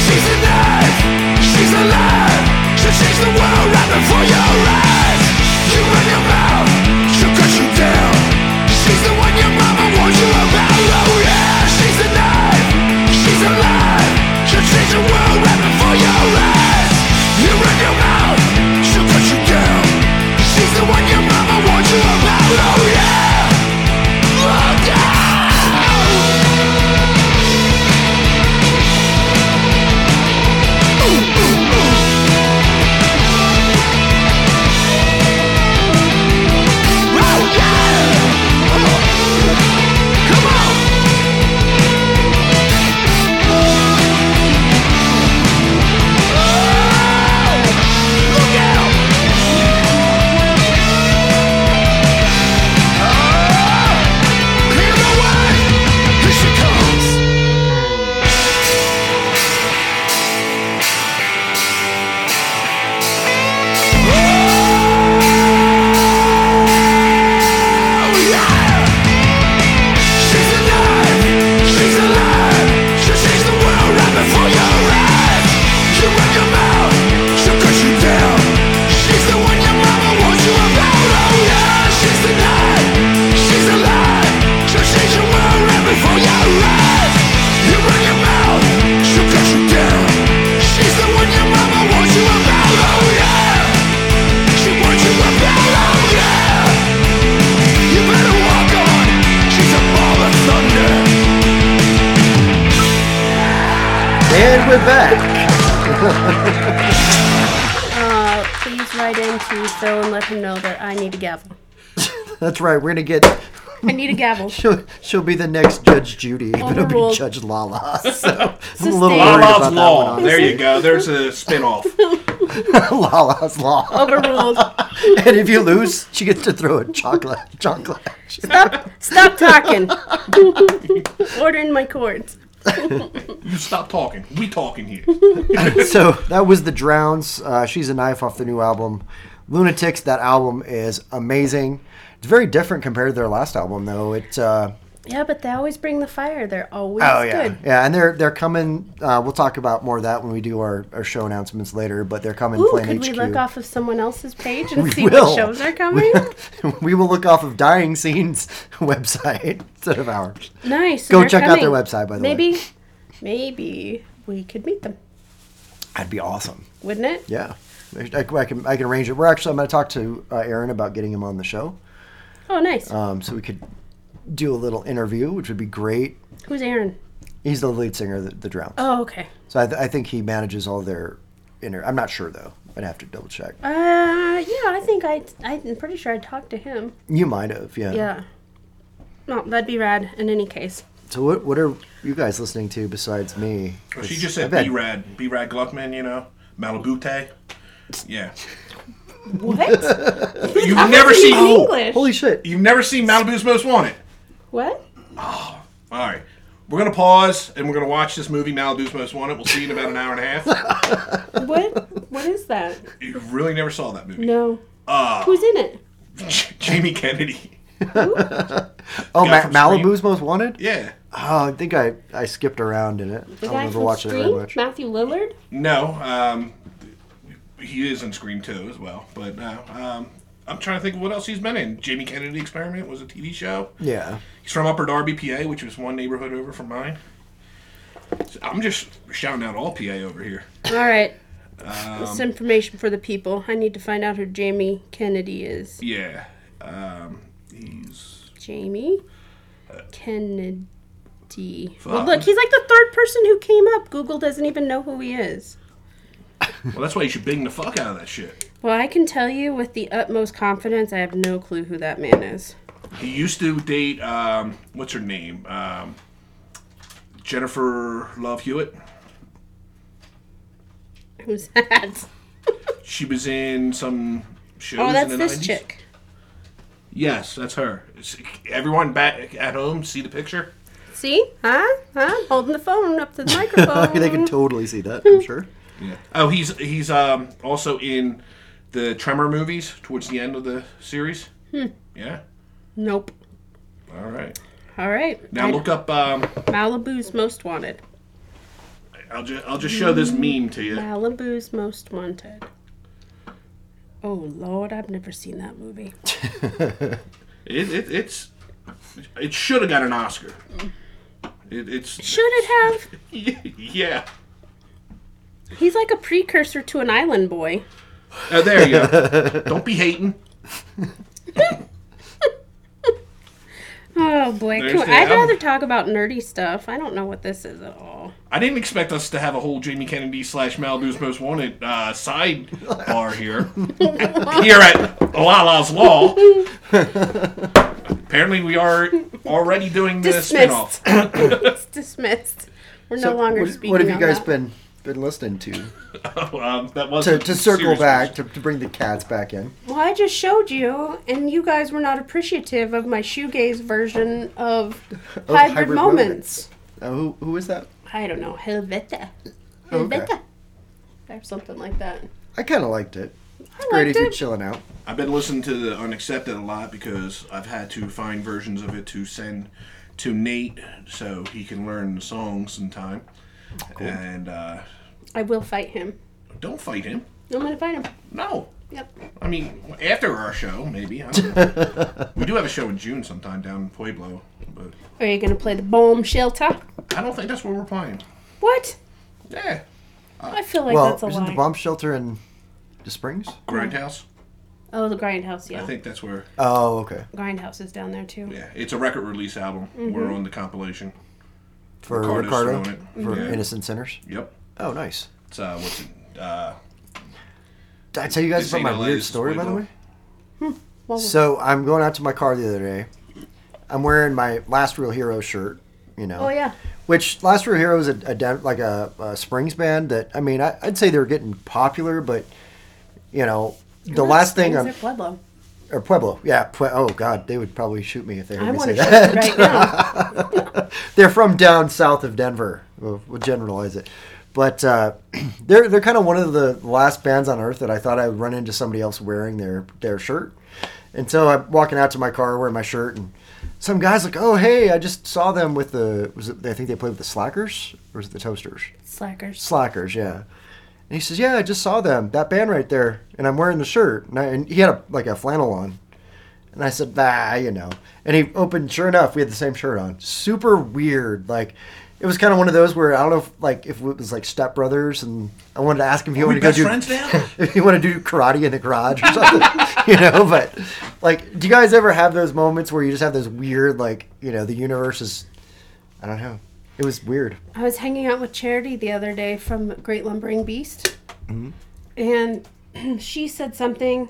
[SPEAKER 4] She's a knife. She's alive. She'll change the world right before your eyes. You run your mouth. She'll cut you down. She's the one your mama warned you about. Oh yeah. She's a knife. She's alive. She'll change the world right before your eyes. You run your mouth. She'll cut you down. She's the one your mama warned you about. Oh yeah. Oh, Look out! Here she comes! Oh, She's the one your mama warned you about, oh yeah! She warned you about, oh yeah! You better walk on. She's a ball of thunder.
[SPEAKER 2] And we're back.
[SPEAKER 3] Uh, please write in to Phil and let him know that I need a gavel.
[SPEAKER 2] That's right. We're gonna get.
[SPEAKER 3] I need a gavel.
[SPEAKER 2] She'll, she'll be the next Judge Judy, but it'll be
[SPEAKER 3] Overruled.
[SPEAKER 2] Judge Lala. So I'm a little
[SPEAKER 3] Sustained.
[SPEAKER 2] worried
[SPEAKER 1] Lala's
[SPEAKER 2] about
[SPEAKER 1] Law.
[SPEAKER 2] that one.
[SPEAKER 1] There you go. There's a spin-off.
[SPEAKER 2] honestly. Lala's Law.
[SPEAKER 3] Overruled.
[SPEAKER 2] And if you lose, she gets to throw a chocolate. Chocolate.
[SPEAKER 3] Stop, stop talking. Ordering my cords.
[SPEAKER 1] You stop talking. We talking here.
[SPEAKER 2] so that was the Drowns. Uh, She's a knife off the new album, Lunatics. That album is amazing. It's very different compared to their last album, though. It. Uh,
[SPEAKER 3] Yeah, but they always bring the fire. They're always
[SPEAKER 2] Oh yeah,
[SPEAKER 3] good.
[SPEAKER 2] yeah, and they're they're coming. Uh, we'll talk about more of that when we do our, our show announcements later. But they're coming.
[SPEAKER 3] Ooh,
[SPEAKER 2] playing
[SPEAKER 3] could
[SPEAKER 2] HQ.
[SPEAKER 3] we look off of someone else's page and see
[SPEAKER 2] will.
[SPEAKER 3] what shows are coming?
[SPEAKER 2] we will look off of Dying Scenes website instead of ours.
[SPEAKER 3] nice.
[SPEAKER 2] Go
[SPEAKER 3] they're
[SPEAKER 2] check out their
[SPEAKER 3] coming.
[SPEAKER 2] website, by the way.
[SPEAKER 3] Maybe, maybe we could meet them,
[SPEAKER 2] That'd be awesome.
[SPEAKER 3] wouldn't it?
[SPEAKER 2] Yeah, I, I can I can arrange it. We're actually I'm going to talk to uh, Aaron about getting him on the show,
[SPEAKER 3] Oh, nice.
[SPEAKER 2] um, so we could do a little interview, which would be great.
[SPEAKER 3] Who's Aaron?
[SPEAKER 2] He's the lead singer of the, the Drowns,
[SPEAKER 3] Oh, okay.
[SPEAKER 2] so I, th- I think he manages all their. Inter- I'm not sure though. I'd have to double check.
[SPEAKER 3] Uh, yeah, I think I, I'm pretty sure I talked to him.
[SPEAKER 2] You might have, yeah.
[SPEAKER 3] Yeah. No, that'd be rad. In any case,
[SPEAKER 2] So what what are you guys listening to besides me?
[SPEAKER 1] Oh, She
[SPEAKER 2] It's-
[SPEAKER 1] just
[SPEAKER 2] I've
[SPEAKER 1] said
[SPEAKER 2] had-
[SPEAKER 1] B-Rad. B-Rad Gluckman, you know? Malabute. Yeah.
[SPEAKER 3] what?
[SPEAKER 1] You've never seen...
[SPEAKER 3] English.
[SPEAKER 2] Holy shit!
[SPEAKER 1] You've never seen Malibu's Most Wanted.
[SPEAKER 3] What?
[SPEAKER 1] All right. We're going to pause, and we're going to watch this movie, Malibu's Most Wanted. We'll see you in about an hour and a half.
[SPEAKER 3] What? What is that?
[SPEAKER 1] You really never saw that movie.
[SPEAKER 3] No.
[SPEAKER 2] Uh,
[SPEAKER 3] Who's in it?
[SPEAKER 1] Jamie Kennedy.
[SPEAKER 2] Oh,
[SPEAKER 1] guy
[SPEAKER 2] Ma-
[SPEAKER 1] from Scream.
[SPEAKER 2] Malibu's Most Wanted.
[SPEAKER 1] Yeah.
[SPEAKER 2] Oh, I think I, I skipped around in it. I
[SPEAKER 3] The guy
[SPEAKER 2] don't ever
[SPEAKER 3] from
[SPEAKER 2] watch it very
[SPEAKER 3] Scream,
[SPEAKER 2] much.
[SPEAKER 3] Matthew Lillard.
[SPEAKER 1] No. Um, he is in Scream 2 as well. But no. Um, I'm trying to think of what else he's been in. Jamie Kennedy Experiment was a TV show.
[SPEAKER 2] Yeah,
[SPEAKER 1] He's from Upper Darby, PA, which is one neighborhood over from mine. So I'm just shouting out all PA over here.
[SPEAKER 3] All right. This
[SPEAKER 1] Um,
[SPEAKER 3] is information for the people. I need to find out who Jamie Kennedy is.
[SPEAKER 1] Yeah. Um, he's
[SPEAKER 3] Jamie Kennedy. Well,
[SPEAKER 1] Fuck.
[SPEAKER 3] look, he's like the third person who came up. Google doesn't even know who he is.
[SPEAKER 1] well. That's why you should bing the fuck out of that shit.
[SPEAKER 3] Well, I can tell you with the utmost confidence, I have no clue who that man is.
[SPEAKER 1] He used to date um, what's her name, um, Jennifer Love Hewitt.
[SPEAKER 3] Who's that?
[SPEAKER 1] She was in some shows.
[SPEAKER 3] Oh, that's
[SPEAKER 1] in the
[SPEAKER 3] this
[SPEAKER 1] 90s.
[SPEAKER 3] chick.
[SPEAKER 1] Yes, that's her. It's- everyone back at home, see the picture.
[SPEAKER 3] See? Huh? Huh? Holding the phone up to the microphone.
[SPEAKER 2] they can totally see that, I'm sure.
[SPEAKER 1] Yeah. Oh, he's he's um, also in the Tremor movies towards the end of the series. Yeah.
[SPEAKER 3] nope.
[SPEAKER 1] All right.
[SPEAKER 3] All right.
[SPEAKER 1] Now
[SPEAKER 3] I-
[SPEAKER 1] look up. Um,
[SPEAKER 3] Malibu's most wanted.
[SPEAKER 1] I'll just I'll just show this meme to you.
[SPEAKER 3] Malibu's most wanted. Oh Lord, I've never seen that movie.
[SPEAKER 1] It, it it's it should have got an Oscar. It, it's
[SPEAKER 3] Should it have?
[SPEAKER 1] yeah.
[SPEAKER 3] He's like a precursor to an island boy.
[SPEAKER 1] Oh, there you go. Don't be hating.
[SPEAKER 3] Oh boy,
[SPEAKER 1] There's
[SPEAKER 3] Come on.
[SPEAKER 1] the-
[SPEAKER 3] I'd
[SPEAKER 1] I'm-
[SPEAKER 3] rather talk about nerdy stuff. I don't know what this is at all.
[SPEAKER 1] I didn't expect us to have a whole Jamie Kennedy slash Malibu's Most Wanted uh, sidebar here. here at Lala's Law. Apparently, we are already doing the spin
[SPEAKER 3] Dismissed.
[SPEAKER 1] off.
[SPEAKER 3] it's dismissed. We're no
[SPEAKER 2] So
[SPEAKER 3] longer
[SPEAKER 2] what,
[SPEAKER 3] speaking.
[SPEAKER 2] what have you
[SPEAKER 3] on
[SPEAKER 2] guys
[SPEAKER 3] that.
[SPEAKER 2] been been listening to?
[SPEAKER 1] um, that was
[SPEAKER 2] To, to circle
[SPEAKER 1] serious
[SPEAKER 2] back, to, to bring the cats back in.
[SPEAKER 3] Well, I just showed you, and you guys were not appreciative of my shoegaze version of, hybrid,
[SPEAKER 2] hybrid
[SPEAKER 3] moments.
[SPEAKER 2] Uh, who who is that?
[SPEAKER 3] I don't know, Helveta,
[SPEAKER 2] Okay.
[SPEAKER 3] Helveta, or something like that.
[SPEAKER 2] I kind of liked it.
[SPEAKER 3] I
[SPEAKER 2] Great if
[SPEAKER 3] liked
[SPEAKER 2] you're
[SPEAKER 3] it.
[SPEAKER 2] chilling out.
[SPEAKER 1] I've been listening to the Unaccepted a lot because I've had to find versions of it to send to Nate so he can learn the songs in time. And uh,
[SPEAKER 3] I will fight him.
[SPEAKER 1] don't fight him.
[SPEAKER 3] I'm gonna fight him.
[SPEAKER 1] No.
[SPEAKER 3] Yep.
[SPEAKER 1] I mean, after our show, maybe. I don't know. we do have a show in June sometime down in Pueblo, but
[SPEAKER 3] Are you gonna play the bomb shelter?
[SPEAKER 1] I don't think that's where we're playing.
[SPEAKER 3] What?
[SPEAKER 1] Yeah.
[SPEAKER 3] I feel like
[SPEAKER 2] Well,
[SPEAKER 3] that's a
[SPEAKER 2] isn't
[SPEAKER 3] lie.
[SPEAKER 2] the bomb shelter in the Springs?
[SPEAKER 1] Grindhouse.
[SPEAKER 3] oh, the grindhouse. Yeah,
[SPEAKER 1] I think that's where.
[SPEAKER 2] Oh, okay.
[SPEAKER 3] grindhouse is down there too.
[SPEAKER 1] Yeah, it's a record release album. We're on the compilation.
[SPEAKER 2] For
[SPEAKER 1] Ricardo's
[SPEAKER 2] Ricardo,
[SPEAKER 1] throwing it.
[SPEAKER 2] for
[SPEAKER 1] Yeah.
[SPEAKER 2] Innocent Sinners.
[SPEAKER 1] Yep.
[SPEAKER 2] Oh, nice.
[SPEAKER 1] It's uh, what's it? Uh,
[SPEAKER 2] Did I tell you guys
[SPEAKER 1] This
[SPEAKER 2] about
[SPEAKER 1] ain't
[SPEAKER 2] my
[SPEAKER 1] LA,
[SPEAKER 2] weird
[SPEAKER 1] this is
[SPEAKER 2] story, by the
[SPEAKER 1] Pueblo.
[SPEAKER 2] way? So I'm going out to my car the other day. I'm wearing my Last Real Hero shirt. You know.
[SPEAKER 3] Oh yeah.
[SPEAKER 2] Which Last Real Hero is a, a Dan- like a, a Springs band that I mean I, I'd say they're getting popular, but you know the last thing
[SPEAKER 3] Springs
[SPEAKER 2] I'm,
[SPEAKER 3] at Pueblo.
[SPEAKER 2] or Pueblo, yeah. Pue- oh God, they would probably shoot me if they heard
[SPEAKER 3] I
[SPEAKER 2] me
[SPEAKER 3] want
[SPEAKER 2] say
[SPEAKER 3] to shoot
[SPEAKER 2] that.
[SPEAKER 3] it right now.
[SPEAKER 2] they're from down south of Denver. We'll, we'll generalize it, but uh, they're they're kind of one of the last bands on earth that I thought I would run into somebody else wearing their their shirt. And so I'm walking out to my car wearing my shirt, and some guys like, "Oh hey, I just saw them with the was it, I think they played with the Slackers or was it the Toasters?
[SPEAKER 3] Slackers.
[SPEAKER 2] Slackers, yeah." And he says, "Yeah, I just saw them that band right there, and I'm wearing the shirt, and, I, and he had a, like a flannel on." And I said, bah, you know. And he opened, sure enough, we had the same shirt on. Super weird. Like, it was kind of one of those where I don't know if, like, if it was like Step Brothers and I wanted to ask him if he
[SPEAKER 1] we
[SPEAKER 2] wanted to go
[SPEAKER 1] best
[SPEAKER 2] do,
[SPEAKER 1] friends now?
[SPEAKER 2] if he wanted to do karate in the garage or something, you know, but like, do you guys ever have those moments where you just have those weird, like, you know, the universe is, I don't know. It was weird.
[SPEAKER 3] I was hanging out with Charity the other day from Great Lumbering Beast, and she said something,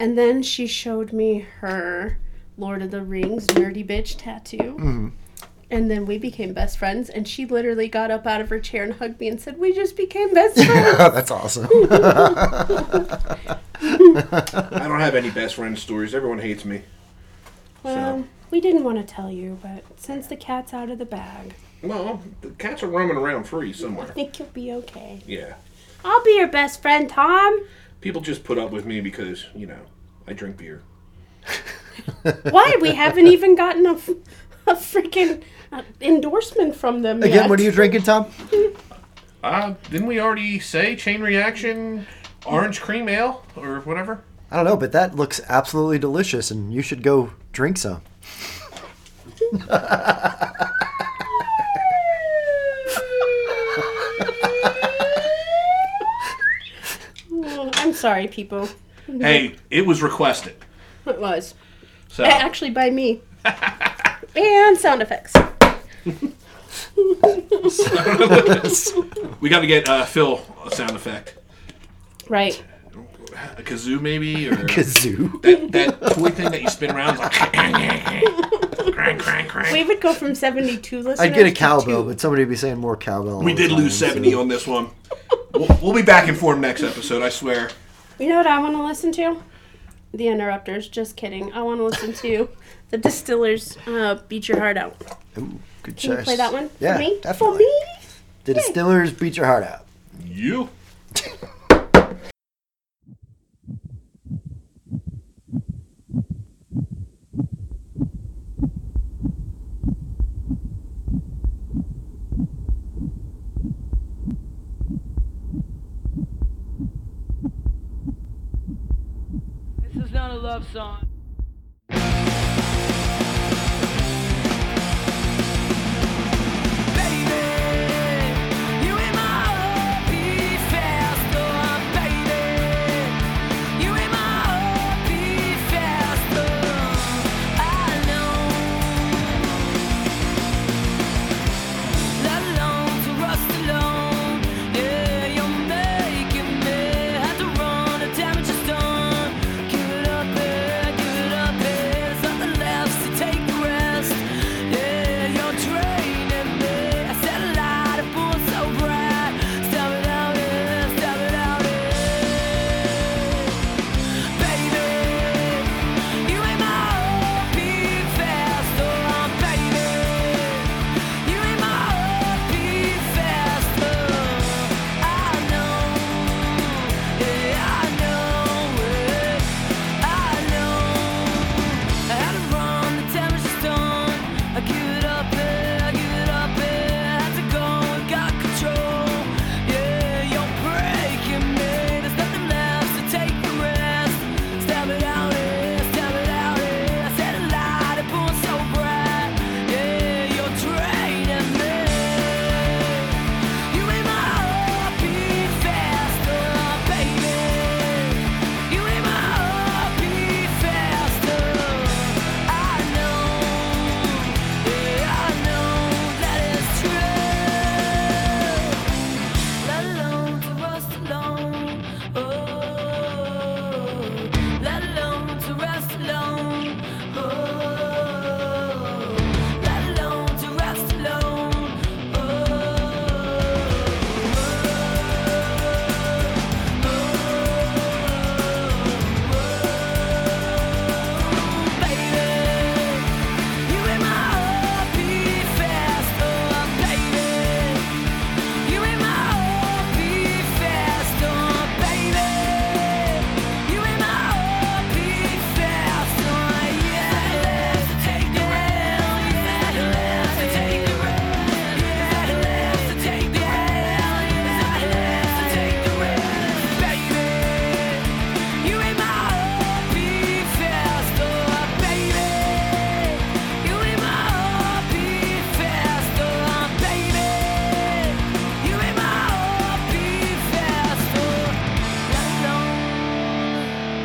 [SPEAKER 3] and then she showed me her Lord of the Rings nerdy bitch tattoo. And then we became best friends, and she literally got up out of her chair and hugged me and said, We just became best friends.
[SPEAKER 2] Oh, that's awesome.
[SPEAKER 1] I don't have any best friend stories. Everyone hates me.
[SPEAKER 3] well, we didn't want to tell you, but since the cat's out of the bag,
[SPEAKER 1] Well, the cats are roaming around free somewhere.
[SPEAKER 3] I think you'll be okay.
[SPEAKER 1] Yeah.
[SPEAKER 3] I'll be your best friend, Tom.
[SPEAKER 1] People just put up with me because, you know, I drink beer.
[SPEAKER 3] Why? We haven't even gotten a, f- a freaking uh, endorsement from them
[SPEAKER 2] Again,
[SPEAKER 3] yet.
[SPEAKER 2] what are you drinking, Tom?
[SPEAKER 1] Uh, didn't we already say chain reaction, orange cream ale, or whatever?
[SPEAKER 2] I don't know, but that looks absolutely delicious and you should go drink some.
[SPEAKER 3] Oh, I'm sorry, people.
[SPEAKER 1] Hey, it was requested.
[SPEAKER 3] It was.
[SPEAKER 1] So
[SPEAKER 3] A- Actually, by me. and sound effects.
[SPEAKER 1] we got to get uh, Phil a sound effect,
[SPEAKER 3] Right.
[SPEAKER 1] a kazoo maybe, or
[SPEAKER 2] Kazoo.
[SPEAKER 1] that, that toy thing that you spin around. Like, crank, crank, crank.
[SPEAKER 3] We would go from 72 listeners.
[SPEAKER 2] I'd get a
[SPEAKER 3] to
[SPEAKER 2] cowbell,
[SPEAKER 3] two.
[SPEAKER 2] but somebody would be saying more cowbell.
[SPEAKER 1] We
[SPEAKER 2] all the
[SPEAKER 1] did lose
[SPEAKER 2] time, so-
[SPEAKER 1] 70 on this one. We'll, we'll be back in form next episode, I swear.
[SPEAKER 3] You know what I want to listen to? The Interrupters. Just kidding. I want to listen to the Distillers. Uh, Beat your heart out.
[SPEAKER 2] Ooh, good
[SPEAKER 3] Can you play that one
[SPEAKER 2] Yeah,
[SPEAKER 3] for me?
[SPEAKER 2] definitely.
[SPEAKER 3] For me.
[SPEAKER 2] The distillers beat your heart out.
[SPEAKER 1] You.
[SPEAKER 6] This is not a love song.
[SPEAKER 7] Take the rest. Yeah, you're training me. I said a lot of fools so bright. Stop it out here, stop it out here. Baby, you ain't my OP fast, oh, baby. You ain't my OP fast, oh, I know. Yeah, I know it. I know. I had to run, the damage is done. I give it up here, I give it up here. I had to go and got control. Yeah, you're breaking me. There's nothing left to take the rest. Stab it out here, stab it out here. I said a lot, it pulls so bright. Yeah, you're draining me. You ain't my OP faster, baby. You ain't my OP faster. I know, yeah, I know that it's true. Let alone to rest alone, oh. Let alone to rest alone, oh. Let alone to rest alone, oh, baby. You ain't my OP faster, baby. You ain't my OP faster, baby. You ain't my OP faster, yeah. Take the rail, yeah. Take the rail, yeah. Take the rail, yeah. Take the rail, baby. You ain't my OP faster, baby. You ain't my OP faster, baby. You ain't my OP faster. Let alone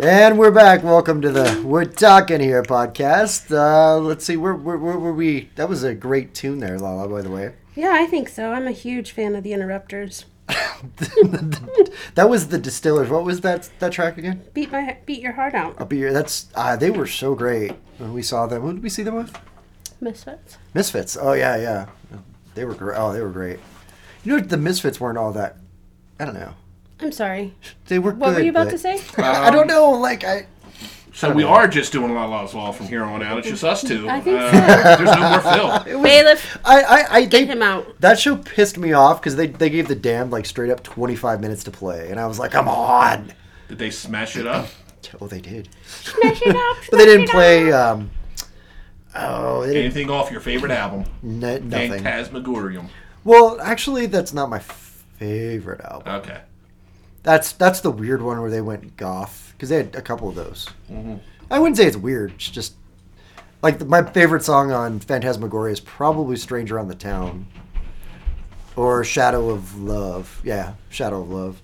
[SPEAKER 2] And we're back. Welcome to the We're Talking Here podcast. Uh, let's see, where, where, where were we? That was a great tune there, Lala, by the way.
[SPEAKER 3] Yeah, I think so. I'm a huge fan of the Interrupters.
[SPEAKER 2] That was the Distillers. What was that that track again?
[SPEAKER 3] Beat my beat your heart out,
[SPEAKER 2] Up here. That's uh, they were so great when we saw them. Who did we see them with?
[SPEAKER 3] Misfits.
[SPEAKER 2] Misfits. Oh yeah, yeah. They were great. Oh, they were great. You know, the Misfits weren't all that. I don't know.
[SPEAKER 3] I'm sorry.
[SPEAKER 2] They were.
[SPEAKER 3] What were
[SPEAKER 2] good,
[SPEAKER 3] you about
[SPEAKER 2] but-
[SPEAKER 3] to say?
[SPEAKER 2] I don't know. Like I.
[SPEAKER 1] So we are just doing La La's Law from here on out. It's just us two.
[SPEAKER 3] I think
[SPEAKER 1] uh, There's no more Phil.
[SPEAKER 3] Bailiff,
[SPEAKER 2] I, I, I they,
[SPEAKER 3] get him out.
[SPEAKER 2] That show pissed me off because they, they gave the damned like straight up 25 minutes to play, and I was like, come on.
[SPEAKER 1] Did they smash it up?
[SPEAKER 2] Oh, they did, but they didn't play. Um, oh, they didn't,
[SPEAKER 1] Anything off your favorite album?
[SPEAKER 2] no-
[SPEAKER 1] Nothing.
[SPEAKER 2] nothing.
[SPEAKER 1] Phantasmagorium.
[SPEAKER 2] Well, actually, that's not my favorite album.
[SPEAKER 1] Okay.
[SPEAKER 2] That's that's the weird one where they went goth because they had a couple of those. I wouldn't say it's weird. It's just like my favorite song on Phantasmagoria is probably "Stranger on the Town" or "Shadow of Love." Yeah, "Shadow of Love."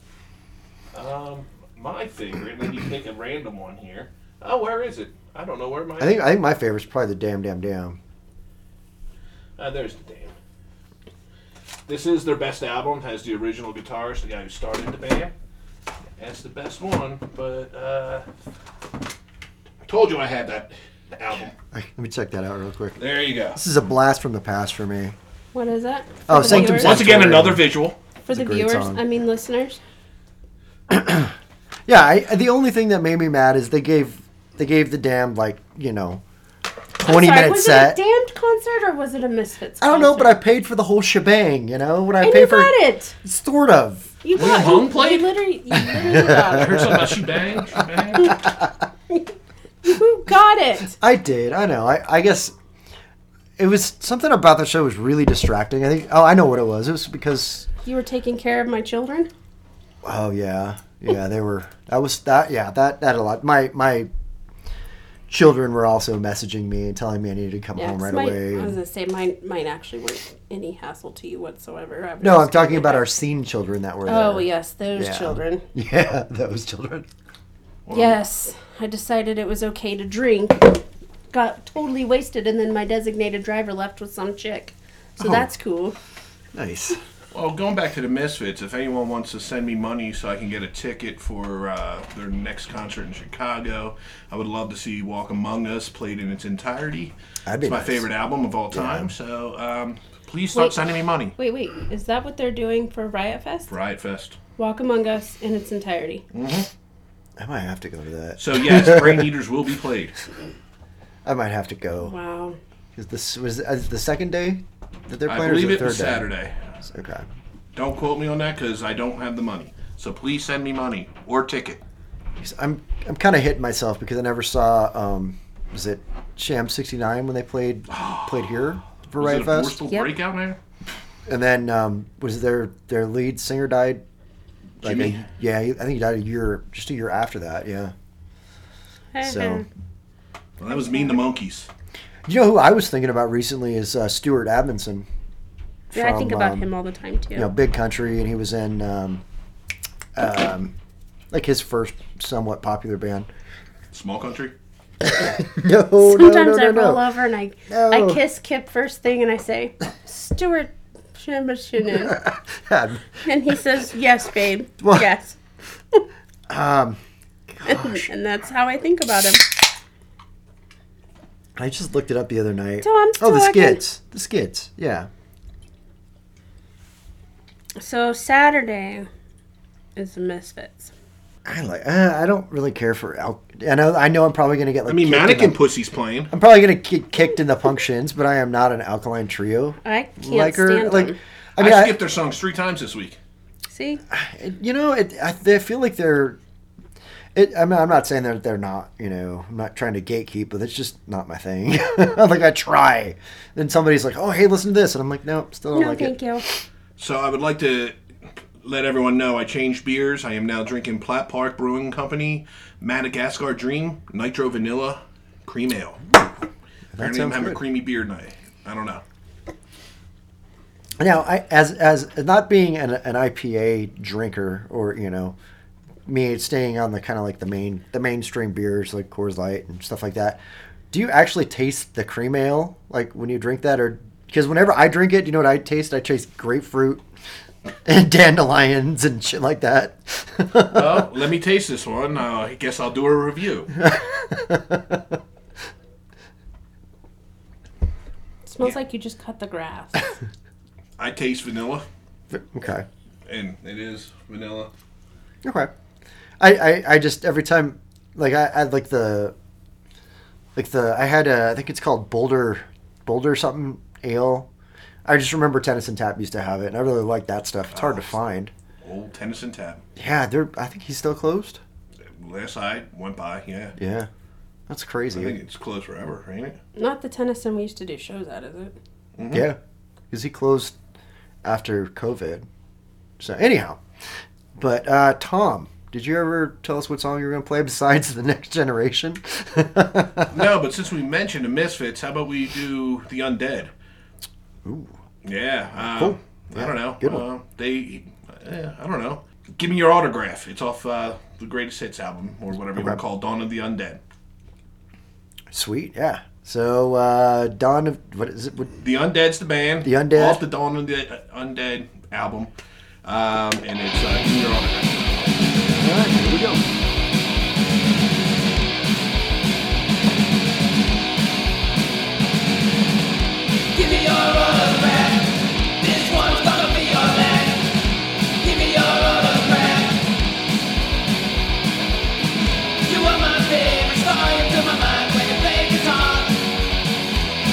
[SPEAKER 1] Um, my favorite. Let me pick a random one here. Oh, where is it? I don't know where my.
[SPEAKER 2] I think I think my favorite's probably the "Damn Damn Damn."
[SPEAKER 1] Uh, there's the damn. This is their best album. Has the original guitarist, the guy who started the band. That's the best one. But uh, I told you I had that album.
[SPEAKER 2] Let me check that out real quick.
[SPEAKER 1] There you go.
[SPEAKER 2] This is a blast from the past for me.
[SPEAKER 3] What is that?
[SPEAKER 2] Oh,
[SPEAKER 3] For the
[SPEAKER 2] Sanctum
[SPEAKER 3] viewers?
[SPEAKER 1] Once
[SPEAKER 2] Sanctum.
[SPEAKER 1] again, another visual.
[SPEAKER 3] For the
[SPEAKER 2] a great
[SPEAKER 3] viewers,
[SPEAKER 2] song.
[SPEAKER 3] I mean listeners.
[SPEAKER 2] Yeah, I, the only thing that made me mad is they gave they gave the damn like you know twenty
[SPEAKER 3] Sorry,
[SPEAKER 2] minute
[SPEAKER 3] was
[SPEAKER 2] set.
[SPEAKER 3] it a damned concert or was it a Misfits?
[SPEAKER 2] I don't know, but I
[SPEAKER 3] concert?
[SPEAKER 2] paid for the whole shebang. You know, when I
[SPEAKER 3] And
[SPEAKER 2] pay
[SPEAKER 3] you
[SPEAKER 2] for
[SPEAKER 3] got it.
[SPEAKER 2] sort of.
[SPEAKER 3] You got
[SPEAKER 1] home
[SPEAKER 3] you-
[SPEAKER 1] plate?
[SPEAKER 3] You literally, you literally got it.
[SPEAKER 1] Heard something about shebang, shebang.
[SPEAKER 3] You got it.
[SPEAKER 2] I did. I know. I, I guess it was something about the show was really distracting. I think. Oh, I know what it was. It was because.
[SPEAKER 3] You were taking care of my children.
[SPEAKER 2] Oh yeah, yeah. They were. That was that. Yeah, that that a lot. My my children were also messaging me and telling me I needed to come
[SPEAKER 3] Yeah,
[SPEAKER 2] home
[SPEAKER 3] 'cause
[SPEAKER 2] right
[SPEAKER 3] mine-
[SPEAKER 2] away.
[SPEAKER 3] I was
[SPEAKER 2] and-
[SPEAKER 3] gonna say mine. Mine actually weren't any hassle to you whatsoever. I was
[SPEAKER 2] no, I'm
[SPEAKER 3] just gonna
[SPEAKER 2] talking
[SPEAKER 3] get
[SPEAKER 2] about
[SPEAKER 3] back-
[SPEAKER 2] our scene children that were.
[SPEAKER 3] Oh
[SPEAKER 2] there.
[SPEAKER 3] yes, those
[SPEAKER 2] Yeah.
[SPEAKER 3] children.
[SPEAKER 2] Yeah, those children.
[SPEAKER 3] Yes, I decided it was okay to drink. Got totally wasted, and then my designated driver left with some chick.
[SPEAKER 2] Oh.
[SPEAKER 3] So that's cool.
[SPEAKER 2] Nice.
[SPEAKER 1] Well, going back to the Misfits, if anyone wants to send me money so I can get a ticket for uh, their next concert in Chicago, I would love to see Walk Among Us played in its entirety.
[SPEAKER 2] That'd be
[SPEAKER 1] it's my
[SPEAKER 2] nice.
[SPEAKER 1] favorite album of all time, so um, please start
[SPEAKER 3] Wait.
[SPEAKER 1] sending me money.
[SPEAKER 3] Wait, wait, is that what they're doing for Riot Fest?
[SPEAKER 1] Riot Fest.
[SPEAKER 3] Walk Among Us in its entirety.
[SPEAKER 2] Mm. I might have to go to that.
[SPEAKER 1] So yes, Brain Eaters will be played.
[SPEAKER 2] I might have to go.
[SPEAKER 3] Wow.
[SPEAKER 2] Is this was is the second day that they're
[SPEAKER 1] I
[SPEAKER 2] playing? or is
[SPEAKER 1] believe it
[SPEAKER 2] the third
[SPEAKER 1] was
[SPEAKER 2] day?
[SPEAKER 1] Saturday.
[SPEAKER 2] Okay.
[SPEAKER 1] Don't quote me on that because I don't have the money. So please send me money or ticket.
[SPEAKER 2] 'Cause I'm I'm kind of hitting myself because I never saw um was it Sham '69 when they played played here for
[SPEAKER 1] Was
[SPEAKER 2] Riot
[SPEAKER 1] it a
[SPEAKER 2] Fest,
[SPEAKER 1] forceful
[SPEAKER 3] Yep.
[SPEAKER 1] breakout there?
[SPEAKER 2] and then um was their their lead singer died. Like
[SPEAKER 1] Jimmy?
[SPEAKER 2] a, yeah, he- I think he died a year, just a year after that. Yeah. So
[SPEAKER 1] Well, that was Mean the Monkeys.
[SPEAKER 2] you know who I was thinking about recently is uh, Stuart Admonson.
[SPEAKER 3] yeah, I think
[SPEAKER 2] from,
[SPEAKER 3] about
[SPEAKER 2] um,
[SPEAKER 3] him all the time too.
[SPEAKER 2] you know, big country, and he was in um, um, like his first somewhat popular band.
[SPEAKER 1] Small Country.
[SPEAKER 2] No,
[SPEAKER 3] Sometimes
[SPEAKER 2] no, no,
[SPEAKER 3] I
[SPEAKER 2] no,
[SPEAKER 3] roll
[SPEAKER 2] no.
[SPEAKER 3] over and I
[SPEAKER 2] No.
[SPEAKER 3] I kiss Kip first thing and I say, Stuart Shimashinu.
[SPEAKER 2] God,
[SPEAKER 3] and he says, Yes, babe.
[SPEAKER 2] What?
[SPEAKER 3] Yes.
[SPEAKER 2] Um,
[SPEAKER 3] and that's how I think about him.
[SPEAKER 2] I just looked it up the other night.
[SPEAKER 3] So I'm
[SPEAKER 2] oh, the
[SPEAKER 3] still- I can-
[SPEAKER 2] skits, the skits. Yeah,
[SPEAKER 3] So Saturday is the Misfits.
[SPEAKER 2] I like. Uh, I don't really care for. Al- I know. I know. I'm probably gonna get like.
[SPEAKER 1] I mean,
[SPEAKER 2] kicked in
[SPEAKER 1] Mannequin
[SPEAKER 2] the-
[SPEAKER 1] Pussy's playing.
[SPEAKER 2] I'm probably gonna get kicked in the punctions, but I am not an alkaline trio.
[SPEAKER 3] I can't
[SPEAKER 2] liker.
[SPEAKER 3] stand
[SPEAKER 2] like,
[SPEAKER 3] them.
[SPEAKER 2] I mean,
[SPEAKER 1] I
[SPEAKER 2] I-
[SPEAKER 1] skipped their songs three times this week.
[SPEAKER 3] See?
[SPEAKER 2] you know, it, I, I feel like they're. It, I mean, I'm not saying that they're not. You know, I'm not trying to gatekeep, but it's just not my thing. like I try, then somebody's like, "Oh, hey, listen to this," and I'm like, "No, still don't
[SPEAKER 3] No,
[SPEAKER 2] like
[SPEAKER 3] thank
[SPEAKER 2] it."
[SPEAKER 3] you.
[SPEAKER 1] So I would like to let everyone know I changed beers. I am now drinking Platt Park Brewing Company Madagascar Dream Nitro Vanilla Cream Ale. Apparently, I'm
[SPEAKER 2] sounds
[SPEAKER 1] having a
[SPEAKER 2] good.
[SPEAKER 1] creamy beer tonight. I don't know.
[SPEAKER 2] Now, I, as as not being an, an IPA drinker, or you know, me staying on the kind of like the main the mainstream beers like Coors Light and stuff like that. Do you actually taste the cream ale like when you drink that, or because whenever I drink it, you know what I taste? I taste grapefruit and dandelions and shit like that.
[SPEAKER 1] Well, let me taste this one. Uh, I guess I'll do a review.
[SPEAKER 3] It smells like you just cut the grass.
[SPEAKER 1] I taste vanilla,
[SPEAKER 2] okay.
[SPEAKER 1] and it is vanilla.
[SPEAKER 2] Okay. I, I, I just every time like I, I like the like the I had a I think it's called Boulder Boulder something ale. I just remember Tennyson Tap used to have it, and I really like that stuff. It's hard to find.
[SPEAKER 1] Old Tennyson Tap.
[SPEAKER 2] Yeah, they're. I think he's still closed.
[SPEAKER 1] Last I went by, yeah.
[SPEAKER 2] Yeah, that's
[SPEAKER 1] I think
[SPEAKER 2] crazy.
[SPEAKER 1] it's closed forever, ain't it?
[SPEAKER 3] Not the Tennyson we used to do shows at, is it?
[SPEAKER 1] mm-hmm.
[SPEAKER 2] Yeah, because he closed after COVID. So anyhow, But uh, Tom, did you ever tell us what song you were going to play besides the Next Generation?
[SPEAKER 1] No, but since we mentioned the Misfits, how about we do the Undead? Ooh. Yeah. Uh,
[SPEAKER 2] Cool.
[SPEAKER 1] I don't know.
[SPEAKER 2] good one.
[SPEAKER 1] Uh, they. Uh, I don't know. Give me your autograph. It's off uh, the Greatest Hits album or whatever you want to
[SPEAKER 2] Okay.
[SPEAKER 1] call it, Dawn of the Undead.
[SPEAKER 2] Sweet, yeah. So uh, Dawn of what is it? What,
[SPEAKER 1] The Undead's the band.
[SPEAKER 2] The Undead.
[SPEAKER 1] Off the Dawn of the Undead album, um, and it's uh, Give me your autograph.
[SPEAKER 2] all right, here we go.
[SPEAKER 7] Give me your autograph. This one's gonna be your last. Give me your autograph. You were my favorite star. You took my mind when you played guitar.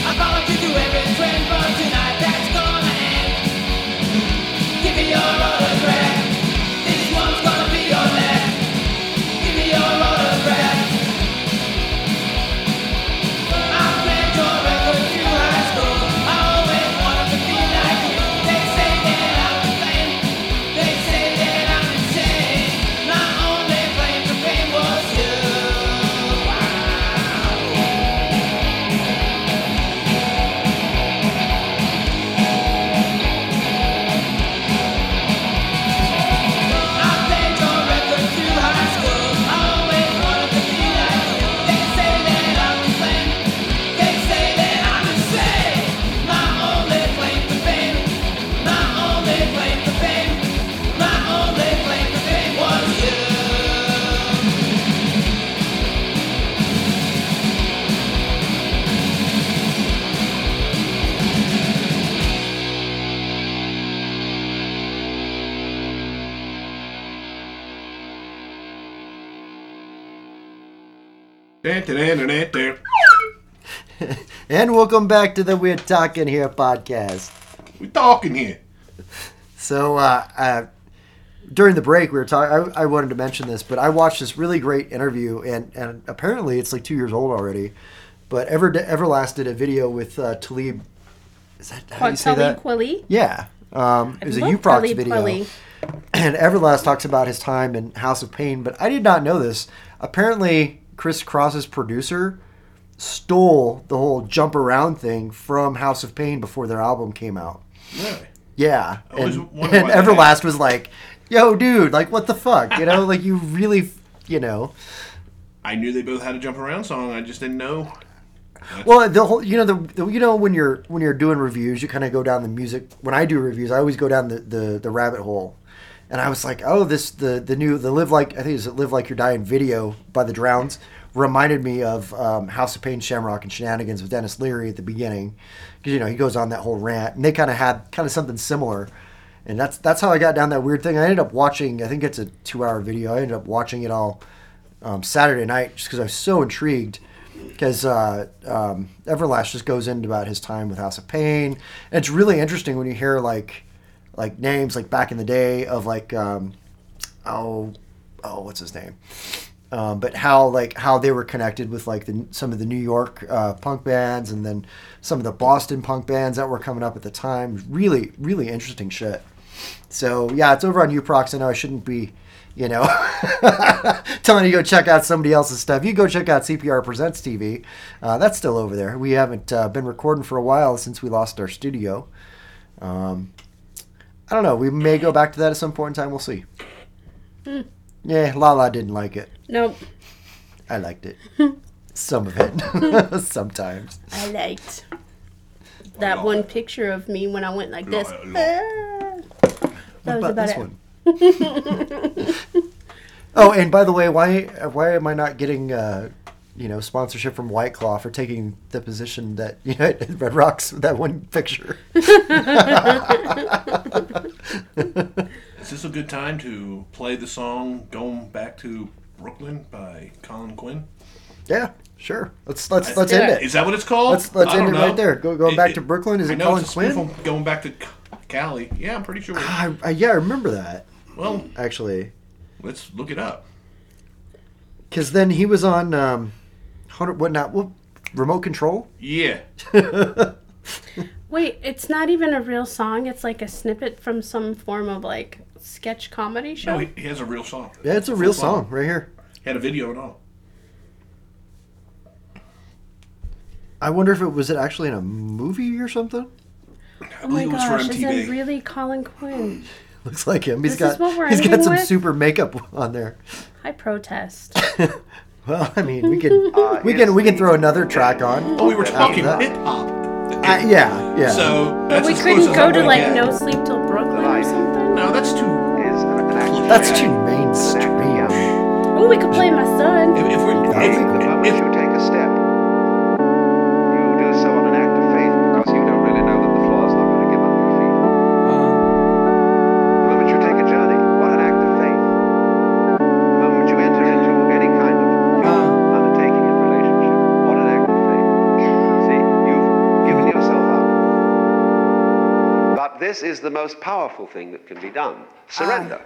[SPEAKER 7] I followed you to every trend, but tonight that's gonna end. Give me your autograph. This one's gonna be your last. Give me your autograph.
[SPEAKER 1] Dun, dun, dun, dun, dun, dun.
[SPEAKER 2] And welcome back to the We're Talking Here podcast.
[SPEAKER 1] We talking here.
[SPEAKER 2] So uh, uh, during the break, we were talking. I, I wanted to mention this, but I watched this really great interview, and, and apparently it's like two years old already. But Ever Everlast did a video with uh, Talib. Is that how do you say that?
[SPEAKER 3] Kweli?
[SPEAKER 2] Yeah, um, it was a
[SPEAKER 3] love
[SPEAKER 2] Uprox
[SPEAKER 3] Talib
[SPEAKER 2] video.
[SPEAKER 3] Kweli.
[SPEAKER 2] And Everlast talks about his time in House of Pain, but I did not know this. Apparently, Chris Cross's producer stole the whole jump around thing from House of Pain before their album came out.
[SPEAKER 1] Really?
[SPEAKER 2] Yeah.
[SPEAKER 1] always
[SPEAKER 2] And,
[SPEAKER 1] wonder
[SPEAKER 2] and
[SPEAKER 1] why they
[SPEAKER 2] Everlast was like, yo, dude, like, what the fuck? You know, like, you really, you know.
[SPEAKER 1] I knew they both had a jump around song. I just didn't know.
[SPEAKER 2] Well, the whole, you know, the, the you know when you're when you're doing reviews, you kind of go down the music. When I do reviews, I always go down the, the, the rabbit hole, and I was like, oh, this the the new the live like I think it's live like you're dying video by the Drowns reminded me of um, House of Pain, Shamrock, and Shenanigans with Dennis Leary at the beginning, because you know he goes on that whole rant, and they kind of had kind of something similar. And that's that's how I got down that weird thing. I ended up watching. I think it's a two-hour video. I ended up watching it all um, Saturday night just because I was so intrigued. Because uh, um, Everlast just goes into about his time with House of Pain, and it's really interesting when you hear like like names like back in the day of like um, oh oh what's his name, um, but how like how they were connected with like the, some of the New York uh, punk bands and then some of the Boston punk bands that were coming up at the time. Really really interesting shit. So yeah, it's over on Uprox. I know I shouldn't be, you know, telling you to go check out somebody else's stuff. You go check out CPR Presents TV. Uh, that's still over there. We haven't uh, been recording for a while since we lost our studio. Um, I don't know. We may go back to that at some point in time. We'll see. Yeah, Lala didn't like it.
[SPEAKER 3] Nope.
[SPEAKER 2] I liked it. Some of it. Sometimes.
[SPEAKER 3] I liked that one picture of me when I went like this.
[SPEAKER 1] Lol.
[SPEAKER 3] Ah. That was
[SPEAKER 2] But
[SPEAKER 3] about
[SPEAKER 2] this
[SPEAKER 3] it.
[SPEAKER 2] one. oh, and by the way, why why am I not getting uh, you know sponsorship from White Claw for taking the position that you know at Red Rocks with that one picture?
[SPEAKER 1] Is this a good time to play the song "Going Back to Brooklyn" by Colin Quinn?
[SPEAKER 2] yeah, sure. Let's let's let's end it.
[SPEAKER 1] Is that what it's called?
[SPEAKER 2] Let's- let's
[SPEAKER 1] I don't
[SPEAKER 2] end it
[SPEAKER 1] know.
[SPEAKER 2] right there. Go- going back to Brooklyn, is
[SPEAKER 1] I
[SPEAKER 2] it
[SPEAKER 1] know
[SPEAKER 2] Colin
[SPEAKER 1] it's a spoof
[SPEAKER 2] Quinn?
[SPEAKER 1] on Going back to Cali. Yeah, I'm pretty sure.
[SPEAKER 2] I, Ah, I, yeah, I remember that
[SPEAKER 1] well,
[SPEAKER 2] actually,
[SPEAKER 1] let's look it up.
[SPEAKER 2] because then he was on um, hundred what not what remote control.
[SPEAKER 1] Yeah,
[SPEAKER 3] Wait, it's not even a real song. It's like a snippet from some form of like sketch comedy show.
[SPEAKER 1] No, he, he has a real song.
[SPEAKER 2] Yeah, it's a real song right here.
[SPEAKER 1] He had a video and all.
[SPEAKER 2] I wonder if it was it actually in a movie or something.
[SPEAKER 1] I
[SPEAKER 3] oh my
[SPEAKER 1] believe it was for
[SPEAKER 3] gosh, is
[SPEAKER 1] MTV.
[SPEAKER 3] that really Colin Quinn?
[SPEAKER 1] Oh.
[SPEAKER 2] Looks like him. He's
[SPEAKER 3] This
[SPEAKER 2] got
[SPEAKER 3] is what we're
[SPEAKER 2] he's got
[SPEAKER 3] ending
[SPEAKER 2] some
[SPEAKER 3] with?
[SPEAKER 2] super makeup on there.
[SPEAKER 3] I protest.
[SPEAKER 2] Well, I mean, we can
[SPEAKER 8] Uh,
[SPEAKER 2] we can we can throw another track on.
[SPEAKER 1] oh, we were talking
[SPEAKER 2] that.
[SPEAKER 1] hip hop.
[SPEAKER 2] Uh, yeah, yeah.
[SPEAKER 1] So
[SPEAKER 3] But
[SPEAKER 1] that's
[SPEAKER 3] we
[SPEAKER 1] as close
[SPEAKER 3] couldn't
[SPEAKER 1] as
[SPEAKER 3] go
[SPEAKER 1] I'm
[SPEAKER 3] to
[SPEAKER 1] gonna
[SPEAKER 3] like
[SPEAKER 1] get.
[SPEAKER 3] no sleep till Brooklyn or something.
[SPEAKER 1] No, that's too.
[SPEAKER 8] is an actual
[SPEAKER 2] that's
[SPEAKER 8] track.
[SPEAKER 2] too mainstream.
[SPEAKER 3] Oh, we could play my son.
[SPEAKER 1] If, if
[SPEAKER 8] I think the
[SPEAKER 1] we're
[SPEAKER 8] moment
[SPEAKER 1] if, if,
[SPEAKER 8] you take a step, you do so on an act of faith because you don't really know that the floor's not going to give under your feet. The moment you take a journey, what an act of faith. The moment you enter into any kind of undertaking and relationship, what an act of faith. See, you've given yourself up. But this is the most powerful thing that can be done surrender.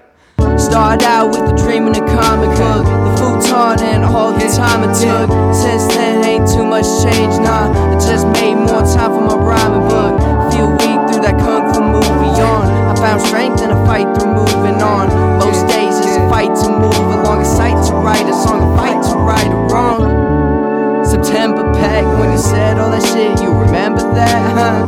[SPEAKER 9] Started out with a dream and a comic book. The futon and all the time it took. Since then, ain't too much change, nah. I just made more time for my rhyming book. Feel weak through that kung fu movie on. I found strength in a fight through moving on. Most days it's a fight to move along, a sight to right, a song, a fight to right or wrong. September pack when you said all that shit, you remember that, huh?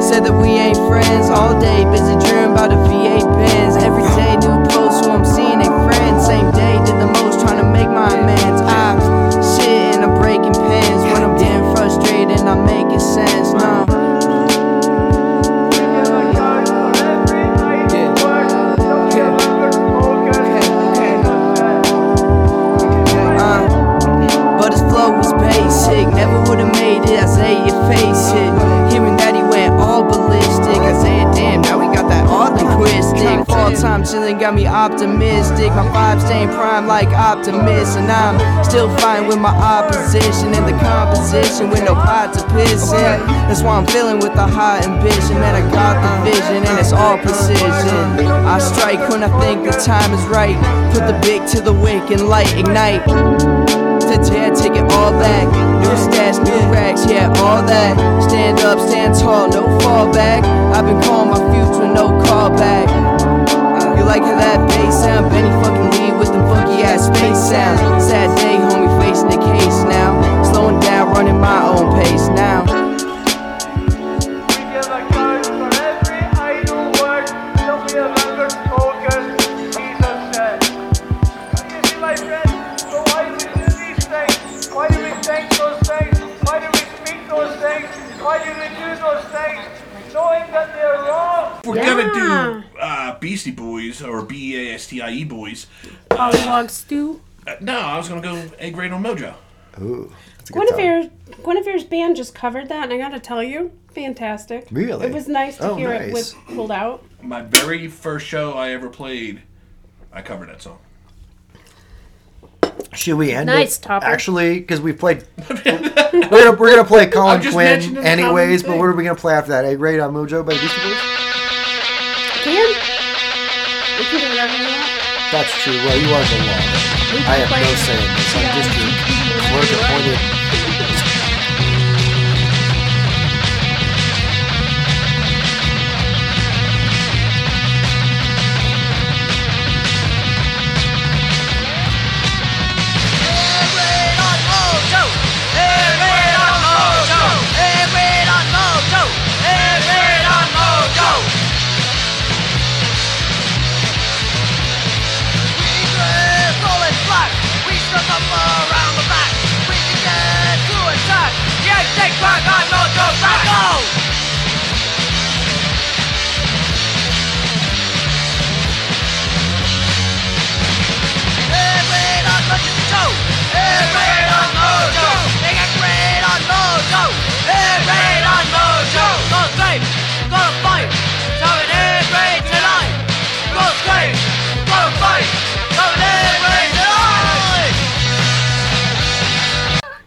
[SPEAKER 9] Said that we ain't friends all day, busy dreaming about the VA pins. Every day, new posts who I'm seeing ain't friends. Same day, did the most trying to make my amends. I shit and I'm breaking pins when I'm getting frustrated and I'm making sense, nah. Uh. But his flow was basic, never would've made it. Isaiah face it. Hearing that he went all ballistic. Isaiah, damn, now we got that all linguistic. Fall time chillin' got me optimistic. My vibe staying prime like optimist, and I'm still fine with my opposition and the composition with no pot to piss in. That's why I'm feeling with a high ambition, man. I got the vision and it's all precision. I strike when I think the time is right. Put the big to the wick and light ignite to tear, take it all back. New stats, new racks, yeah, all that. Stand up, stand tall, no fallback. I've been calling my future, no callback. You like how that bass sound? Benny fucking lead with them funky ass space sounds. Sad day, homie, facing the case now. Slowing down, running my own pace now.
[SPEAKER 1] we're
[SPEAKER 3] Yeah.
[SPEAKER 1] gonna do uh, Beastie Boys or B E A S T I E Boys.
[SPEAKER 3] Polylog stew.
[SPEAKER 1] Uh, no, I was gonna go egg raid on Mojo.
[SPEAKER 2] Ooh, that's a good song.
[SPEAKER 3] Guinevere, Guinevere's band just covered that, and I gotta tell you, fantastic.
[SPEAKER 2] Really?
[SPEAKER 3] It was nice to
[SPEAKER 2] Oh,
[SPEAKER 3] hear it
[SPEAKER 2] nice.
[SPEAKER 3] with pulled out.
[SPEAKER 1] My very first show I ever played, I covered that song.
[SPEAKER 2] Should we end
[SPEAKER 3] Nice
[SPEAKER 2] it?
[SPEAKER 3] topic.
[SPEAKER 2] Actually, because we played. we're, gonna, we're gonna play Colin
[SPEAKER 1] I'm just
[SPEAKER 2] Quinn
[SPEAKER 1] mentioning the
[SPEAKER 2] anyways,
[SPEAKER 1] common
[SPEAKER 2] but what are we gonna play after that? Egg Raid on Mojo by the Beastie Boys?
[SPEAKER 3] Dan, we can do whatever we want.
[SPEAKER 2] That's true. Well, you are the law. I have no say in this. I'm just your clerk appointed.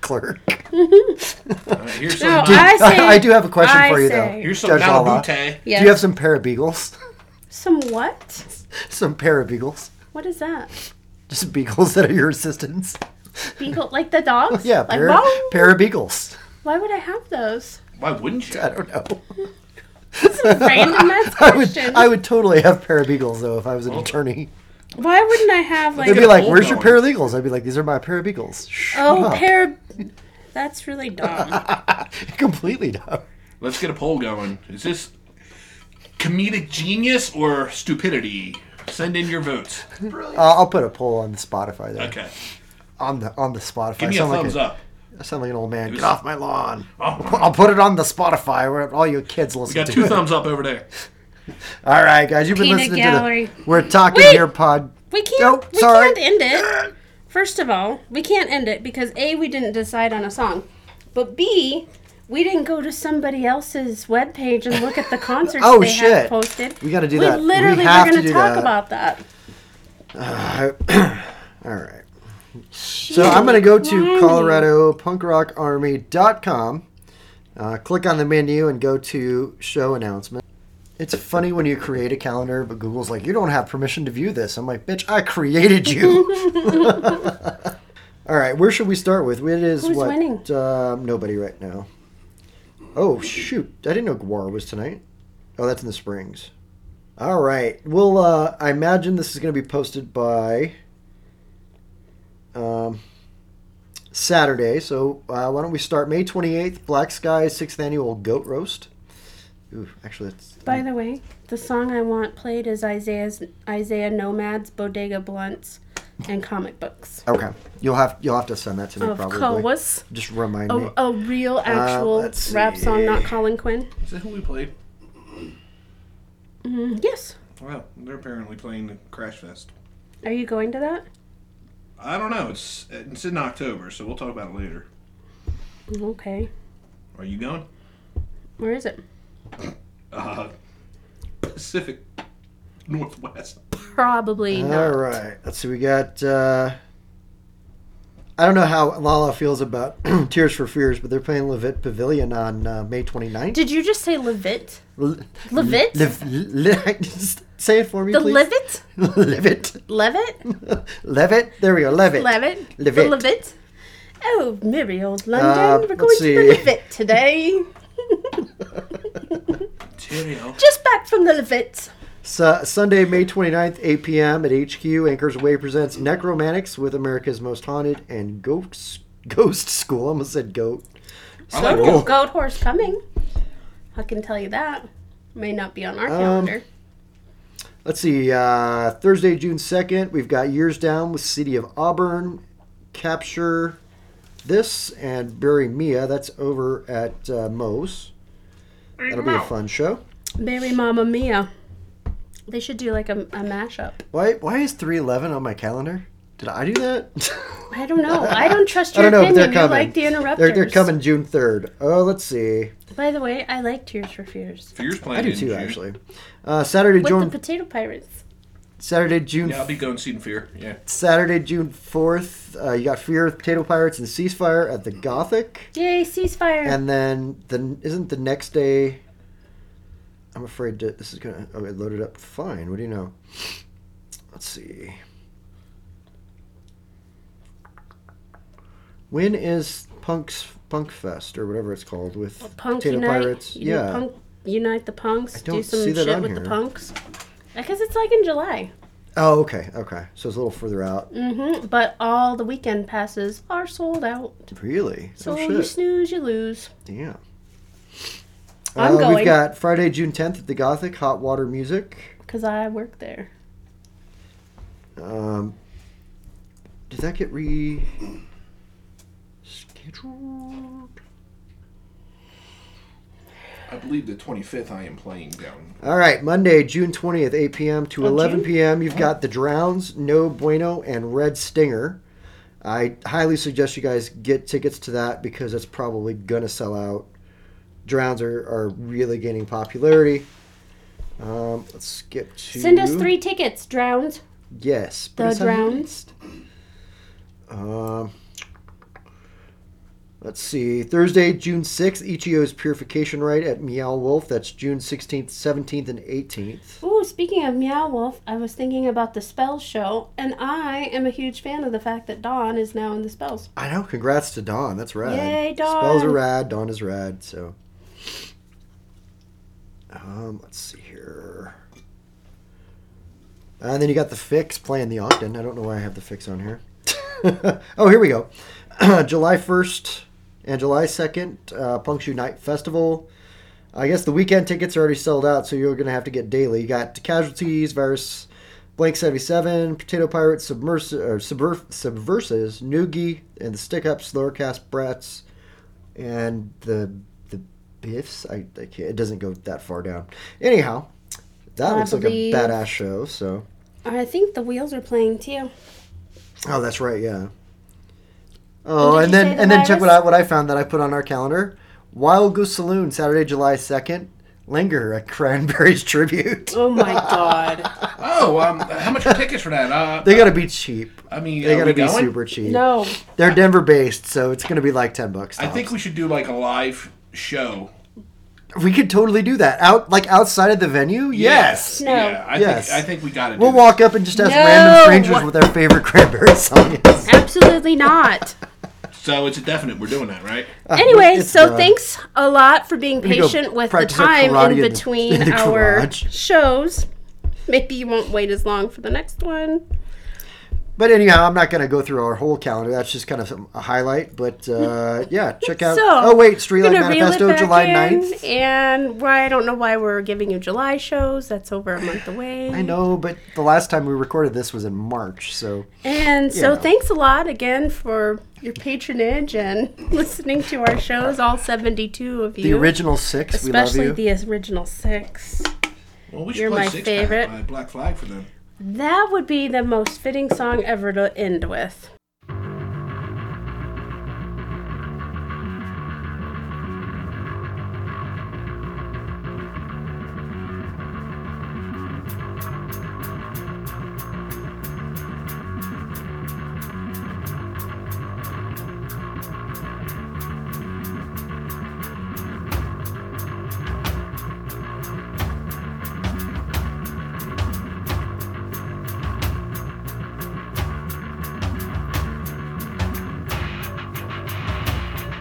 [SPEAKER 2] Clerk.
[SPEAKER 1] All right, here's
[SPEAKER 3] No,
[SPEAKER 1] some.
[SPEAKER 3] I say.
[SPEAKER 2] I do have a question
[SPEAKER 3] I
[SPEAKER 2] for you,
[SPEAKER 3] say-
[SPEAKER 2] though.
[SPEAKER 1] Here's some
[SPEAKER 2] Judge Lala.
[SPEAKER 1] Malabute.
[SPEAKER 2] Do you have some parabeagles?
[SPEAKER 3] Some what?
[SPEAKER 2] some parabeagles?
[SPEAKER 3] What is that?
[SPEAKER 2] Just beagles that are your assistants?
[SPEAKER 3] Beagle, like the dogs?
[SPEAKER 2] Yeah,
[SPEAKER 3] Like,
[SPEAKER 2] para,
[SPEAKER 3] wow.
[SPEAKER 2] parabeagles.
[SPEAKER 3] Why would I have those?
[SPEAKER 1] Why wouldn't you?
[SPEAKER 2] I don't know.
[SPEAKER 3] Random ass
[SPEAKER 2] I would,
[SPEAKER 3] question.
[SPEAKER 2] I would totally have parabeagles though if I was an attorney.
[SPEAKER 3] Why wouldn't I have like?
[SPEAKER 2] They'd be like,
[SPEAKER 1] hold
[SPEAKER 2] "Where's your
[SPEAKER 1] going."
[SPEAKER 2] paralegals?" I'd be like, "These are my parabeagals." Shh,
[SPEAKER 3] oh, pair. That's really dumb.
[SPEAKER 2] completely dumb.
[SPEAKER 1] Let's get a poll going. Is this comedic genius or stupidity? Send in your votes.
[SPEAKER 2] Uh, I'll put a poll on Spotify there.
[SPEAKER 1] Okay.
[SPEAKER 2] On the on the Spotify.
[SPEAKER 1] Give me
[SPEAKER 2] I
[SPEAKER 1] a
[SPEAKER 2] sound like
[SPEAKER 1] thumbs up.
[SPEAKER 2] I sound like an old man.
[SPEAKER 1] was-
[SPEAKER 2] Get off my lawn.
[SPEAKER 1] Oh,
[SPEAKER 2] I'll put it on the Spotify where all you kids listen
[SPEAKER 1] we got
[SPEAKER 2] to
[SPEAKER 1] two
[SPEAKER 2] it.
[SPEAKER 1] thumbs up over there.
[SPEAKER 2] All right, guys, you've been
[SPEAKER 3] Peanut
[SPEAKER 2] listening
[SPEAKER 3] gallery.
[SPEAKER 2] to the We're Talking
[SPEAKER 3] Wait!
[SPEAKER 2] Here pod.
[SPEAKER 3] We can't.
[SPEAKER 2] Nope,
[SPEAKER 3] we
[SPEAKER 2] sorry.
[SPEAKER 3] can't end it. First of all, we can't end it because a we didn't decide on a song, but b we didn't go to somebody else's webpage and look at the concerts
[SPEAKER 2] Oh,
[SPEAKER 3] they
[SPEAKER 2] shit.
[SPEAKER 3] have posted.
[SPEAKER 2] We gotta do
[SPEAKER 3] we
[SPEAKER 2] that. We
[SPEAKER 3] literally
[SPEAKER 2] have
[SPEAKER 3] were
[SPEAKER 2] to
[SPEAKER 3] going to
[SPEAKER 2] do
[SPEAKER 3] talk
[SPEAKER 2] that.
[SPEAKER 3] about that.
[SPEAKER 2] All right. So I'm going to go to
[SPEAKER 3] Blimey.
[SPEAKER 2] coloradopunkrockarmy.com, uh, click on the menu, and go to show announcement. It's funny when you create a calendar, but Google's like, you don't have permission to view this. I'm like, bitch, I created you. All right, where should we start with? It is
[SPEAKER 3] Who's
[SPEAKER 2] what?
[SPEAKER 3] winning?
[SPEAKER 2] Um, nobody right now. Oh, shoot. I didn't know Guar was tonight. Oh, that's in the Springs. All right. Well, uh, I imagine this is going to be posted by um, Saturday. So uh, why don't we start May 28th, Black Sky sixth annual goat roast. Ooh, actually, that's
[SPEAKER 3] By the way, the song I want played is Isaiah's Isaiah Nomads, Bodega Blunts, and comic books.
[SPEAKER 2] okay. You'll have you'll have to send that to me
[SPEAKER 3] Of
[SPEAKER 2] probably.
[SPEAKER 3] course, Oh,
[SPEAKER 2] Just remind me. Uh,
[SPEAKER 3] a, a real actual
[SPEAKER 2] let's
[SPEAKER 3] rap
[SPEAKER 2] see.
[SPEAKER 3] song, not Colin Quinn.
[SPEAKER 1] Is that who we played?
[SPEAKER 3] Mm, Yes.
[SPEAKER 1] Well, they're apparently playing the Crash Fest.
[SPEAKER 3] Are you going to that?
[SPEAKER 1] I don't know. It's it's in October, so we'll talk about it later.
[SPEAKER 3] Mm, Okay.
[SPEAKER 1] Are you going?
[SPEAKER 3] Where is it?
[SPEAKER 1] Uh, Pacific Northwest.
[SPEAKER 3] Probably
[SPEAKER 2] All
[SPEAKER 3] not.
[SPEAKER 2] right. Let's see. We got. Uh, I don't know how Lala feels about Tears for Fears, but they're playing Levitt Pavilion on uh, May 29th.
[SPEAKER 3] Did you just say Levitt?
[SPEAKER 2] L-
[SPEAKER 3] Levitt?
[SPEAKER 2] Liv- li- just say it for me,
[SPEAKER 3] the
[SPEAKER 2] please.
[SPEAKER 3] Levitt?
[SPEAKER 2] Levitt.
[SPEAKER 3] Levitt?
[SPEAKER 2] Levitt. There we go. Levitt.
[SPEAKER 3] Levitt?
[SPEAKER 2] Levitt.
[SPEAKER 3] The Levitt? Oh, merry old
[SPEAKER 2] Uh,
[SPEAKER 3] London. We're going
[SPEAKER 2] let's
[SPEAKER 3] to the
[SPEAKER 2] see.
[SPEAKER 3] Levitt today.
[SPEAKER 1] Cheerio.
[SPEAKER 3] Just back from the Levitt.
[SPEAKER 2] Su- uh, Sunday, May 29th, 8 p.m. at HQ, Anchors Way presents Necromantics with America's Most Haunted and Ghost, Ghost School. I almost said goat.
[SPEAKER 1] I like
[SPEAKER 2] Cool.
[SPEAKER 1] it.
[SPEAKER 3] Goat, goat horse coming. I can tell you that. May not be on our
[SPEAKER 2] Um,
[SPEAKER 3] calendar.
[SPEAKER 2] Let's see. Uh, Thursday, June 2nd, we've got Years Down with City of Auburn, Capture This, and Bury Mia. That's over at uh, Moe's. That'll be a fun show.
[SPEAKER 3] Merry Mamma Mia. They should do like a, a mashup.
[SPEAKER 2] Why, why is 311 on my calendar? Did I do that?
[SPEAKER 3] I don't know. I don't trust
[SPEAKER 2] I
[SPEAKER 3] your
[SPEAKER 2] don't know, but
[SPEAKER 3] opinion.
[SPEAKER 2] they're coming.
[SPEAKER 3] You like the interrupters.
[SPEAKER 2] They're, they're coming June 3rd. Oh, let's see.
[SPEAKER 3] By the way, I like Tears for Fears.
[SPEAKER 1] Fear's playing.
[SPEAKER 2] I do
[SPEAKER 1] in
[SPEAKER 2] too,
[SPEAKER 1] June.
[SPEAKER 2] actually. Uh, Saturday,
[SPEAKER 3] With
[SPEAKER 2] June
[SPEAKER 3] the Potato Pirates.
[SPEAKER 2] Saturday, June
[SPEAKER 1] Yeah, I'll be going seeing Fear. Yeah.
[SPEAKER 2] Saturday, June 4th. Uh, you got Fear, Potato Pirates, and Ceasefire at the
[SPEAKER 1] Mm.
[SPEAKER 2] Gothic.
[SPEAKER 3] Yay, ceasefire.
[SPEAKER 2] And then the isn't the next day. I'm afraid that this is gonna. Oh, it loaded up fine. What do you know? Let's see. When is Punk's Punk Fest or whatever it's called with
[SPEAKER 3] Punk
[SPEAKER 2] Potato
[SPEAKER 3] unite,
[SPEAKER 2] Pirates?
[SPEAKER 3] you know,
[SPEAKER 2] yeah,
[SPEAKER 3] Punk, unite the punks.
[SPEAKER 2] don't
[SPEAKER 3] do some
[SPEAKER 2] see that
[SPEAKER 3] shit
[SPEAKER 2] on
[SPEAKER 3] with
[SPEAKER 2] here.
[SPEAKER 3] the punks. Because it's like in July.
[SPEAKER 2] Oh, okay, okay. So it's a little further out.
[SPEAKER 3] hmm But all the weekend passes are sold out.
[SPEAKER 2] Really?
[SPEAKER 3] So
[SPEAKER 2] oh
[SPEAKER 3] you
[SPEAKER 2] shit!
[SPEAKER 3] snooze, you lose.
[SPEAKER 2] Yeah.
[SPEAKER 3] I'm
[SPEAKER 2] uh, We've
[SPEAKER 3] going.
[SPEAKER 2] got Friday, June 10th at the Gothic Hot Water Music.
[SPEAKER 3] Because I work there.
[SPEAKER 2] Um, did that get re scheduled?
[SPEAKER 1] I believe the 25th I am playing down.
[SPEAKER 2] All right, Monday, June 20th, 8 p.m. to
[SPEAKER 3] Oh,
[SPEAKER 2] 11
[SPEAKER 3] June?
[SPEAKER 2] p.m. You've got The Drowns, No Bueno, and Red Stinger. I highly suggest you guys get tickets to that because it's probably going to sell out. Drowns are, are really gaining popularity. Um, let's skip to.
[SPEAKER 3] Send us three tickets, drowned.
[SPEAKER 2] Yes. but
[SPEAKER 3] The
[SPEAKER 2] it's on
[SPEAKER 3] Drowns.
[SPEAKER 2] list. Um, let's see. Thursday, June 6th, Ichio's Purification Rite at Meow Wolf. That's June 16th, 17th, and 18th.
[SPEAKER 3] Ooh, speaking of Meow Wolf, I was thinking about the Spells show, and I am a huge fan of the fact that Dawn is now in the Spells.
[SPEAKER 2] I know. Congrats to Dawn. That's rad.
[SPEAKER 3] Yay,
[SPEAKER 2] Spells are
[SPEAKER 3] Dawn.
[SPEAKER 2] rad. Dawn is rad. So. Um, let's see here. And then you got the fix playing the Ogden. I don't know why I have the fix on here. oh, here we go. July 1st and July 2nd, uh, Punxsutawney Night Festival. I guess the weekend tickets are already sold out, so you're going to have to get daily. You got Casualties, Virus, Blank 77, Potato Pirates, Submers- or Subver- Subverses, Noogie, and the Stick Ups, Lowercast Brats, and the the Biffs. I, I can't, it doesn't go that far down. Anyhow, that
[SPEAKER 3] I
[SPEAKER 2] looks
[SPEAKER 3] believe-
[SPEAKER 2] like a badass show, so.
[SPEAKER 3] I think the wheels are playing too.
[SPEAKER 2] Oh, that's right. Yeah. Oh, and
[SPEAKER 3] did you
[SPEAKER 2] then
[SPEAKER 3] say the
[SPEAKER 2] and then check what I
[SPEAKER 3] virus?
[SPEAKER 2] what I found that I put on our calendar. Wild Goose Saloon, Saturday, July second. Linger a Cranberries tribute.
[SPEAKER 3] Oh my god.
[SPEAKER 1] Oh, um, how much are tickets for that? Uh,
[SPEAKER 2] They gotta be cheap.
[SPEAKER 1] I mean,
[SPEAKER 2] They
[SPEAKER 1] are
[SPEAKER 2] gotta
[SPEAKER 1] we
[SPEAKER 2] be
[SPEAKER 1] going?
[SPEAKER 2] super cheap.
[SPEAKER 3] No.
[SPEAKER 2] They're Denver based, so it's gonna be like ten bucks.
[SPEAKER 1] I think we should do like a live show.
[SPEAKER 2] we, could totally do that out like outside of the venue. Yes.
[SPEAKER 3] No.
[SPEAKER 1] Yeah, I
[SPEAKER 2] Yes.
[SPEAKER 1] think I think we got to.
[SPEAKER 2] We'll walk up and just ask
[SPEAKER 3] No.
[SPEAKER 2] random strangers what their favorite Cranberries song is.
[SPEAKER 3] Absolutely not.
[SPEAKER 1] So it's a definite. We're doing that, right?
[SPEAKER 3] Anyway,
[SPEAKER 2] It's,
[SPEAKER 3] so
[SPEAKER 2] uh,
[SPEAKER 3] thanks a lot for being
[SPEAKER 2] gonna go
[SPEAKER 3] patient with the
[SPEAKER 2] practice our
[SPEAKER 3] time
[SPEAKER 2] karate in
[SPEAKER 3] in
[SPEAKER 2] the-
[SPEAKER 3] between
[SPEAKER 2] in the
[SPEAKER 3] our
[SPEAKER 2] garage.
[SPEAKER 3] shows. Maybe you won't wait as long for the next one.
[SPEAKER 2] But anyhow, I'm not going to go through our whole calendar. That's just kind of some- a highlight. But uh, yeah, check out.
[SPEAKER 3] So,
[SPEAKER 2] oh wait, Streetlight
[SPEAKER 3] gonna reel it
[SPEAKER 2] Manifesto,
[SPEAKER 3] back
[SPEAKER 2] July
[SPEAKER 3] in,
[SPEAKER 2] 9th.
[SPEAKER 3] And why I don't know why we're giving you July shows. That's over a month away.
[SPEAKER 2] I know, but the last time we recorded this was in March, so
[SPEAKER 3] And so
[SPEAKER 2] Yeah.
[SPEAKER 3] thanks a lot again for your patronage and listening to our shows, all 72 of
[SPEAKER 2] the
[SPEAKER 3] you.
[SPEAKER 2] original six. we
[SPEAKER 3] Especially
[SPEAKER 2] love you.
[SPEAKER 3] the original six.
[SPEAKER 1] Well, we should
[SPEAKER 3] You're
[SPEAKER 1] play
[SPEAKER 3] my
[SPEAKER 1] six
[SPEAKER 3] favorite.
[SPEAKER 1] Pack by Black Flag for them.
[SPEAKER 3] That would be the most fitting song ever to end with.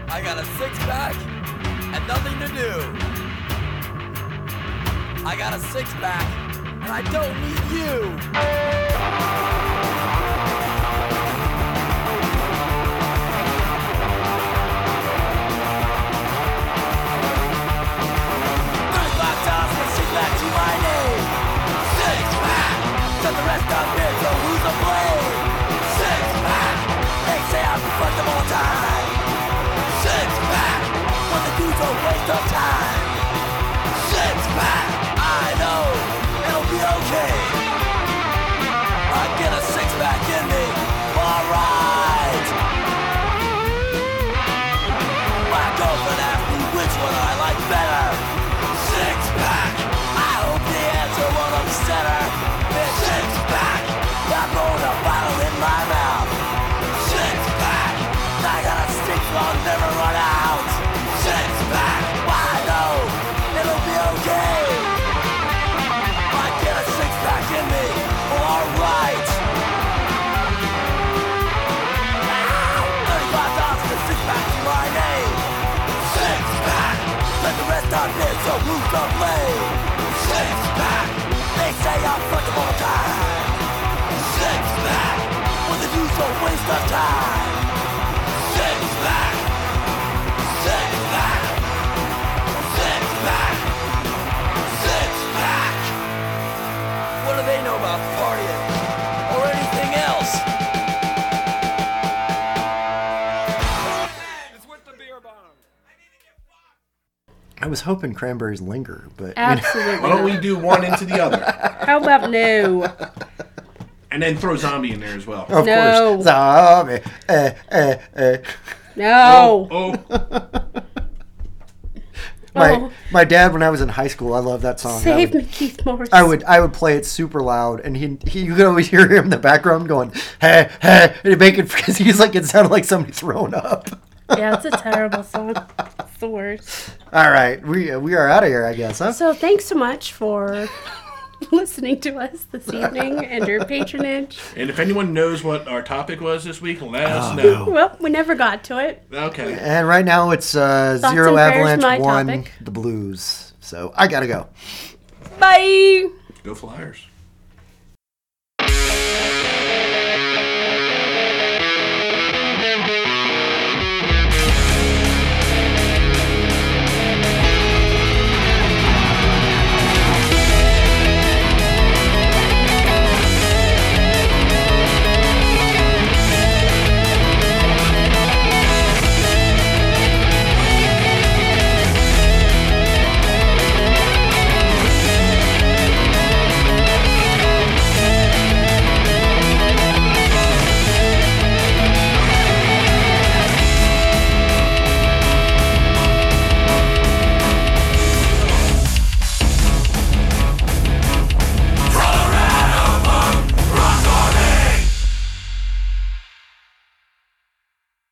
[SPEAKER 4] I got a six pack and nothing to do. I got a six pack and I don't need you. There's five times when she left you my name. Six pack, set the rest up here, so who's to blame? Six pack, they say I'm the first of all time. Six pack, what the dude's a waste of time. Six pack, I know it'll be okay. I get a six pack in me, alright. Black open ask me which one I like better. Six pack, I hope the answer won't upset her. It's six pack, I'm a bottle in my mouth. Six pack, I got a stick that'll never run out. Six pack, I know it'll be okay. I get a six pack in me, alright. Thirty-five dollars for six pack to my name. Six pack, let the rest on this so who can blame? Six pack, they say I'm fucking all time. Six pack, what the dude's a waste of time. Six pack, six pack, six pack, six pack. What do they know about partying or anything else?
[SPEAKER 2] I was hoping cranberries linger, but you know,
[SPEAKER 1] Why
[SPEAKER 3] Absolutely.
[SPEAKER 1] don't we do one into the other,
[SPEAKER 3] How about no?
[SPEAKER 1] and then throw zombie in there as well?
[SPEAKER 2] of
[SPEAKER 3] No.
[SPEAKER 2] course, zombie. Eh, eh, eh.
[SPEAKER 3] No.
[SPEAKER 1] Oh,
[SPEAKER 2] My
[SPEAKER 3] Oh.
[SPEAKER 2] my dad, when I was in high school, I loved that song. I
[SPEAKER 3] Save
[SPEAKER 2] would-
[SPEAKER 3] me, Keith Morris.
[SPEAKER 2] I would I would play it super loud, and he, he you could always hear him in the background going hey hey, and he'd make it because he's like it sounded like somebody thrown up.
[SPEAKER 3] Yeah, it's a terrible song. It's the worst.
[SPEAKER 2] All right, we uh, we are out of here, I guess. Huh?
[SPEAKER 3] So thanks so much for listening to us this evening and your patronage.
[SPEAKER 1] and if anyone knows what our topic was this week, let us know.
[SPEAKER 3] Well, we never got to it.
[SPEAKER 1] Okay.
[SPEAKER 2] And right now it's uh,
[SPEAKER 3] Thoughts
[SPEAKER 2] zero
[SPEAKER 3] and prayers,
[SPEAKER 2] avalanche
[SPEAKER 3] my
[SPEAKER 2] one
[SPEAKER 3] topic.
[SPEAKER 2] the blues.
[SPEAKER 10] So I gotta go.
[SPEAKER 2] Bye.
[SPEAKER 3] Go Flyers.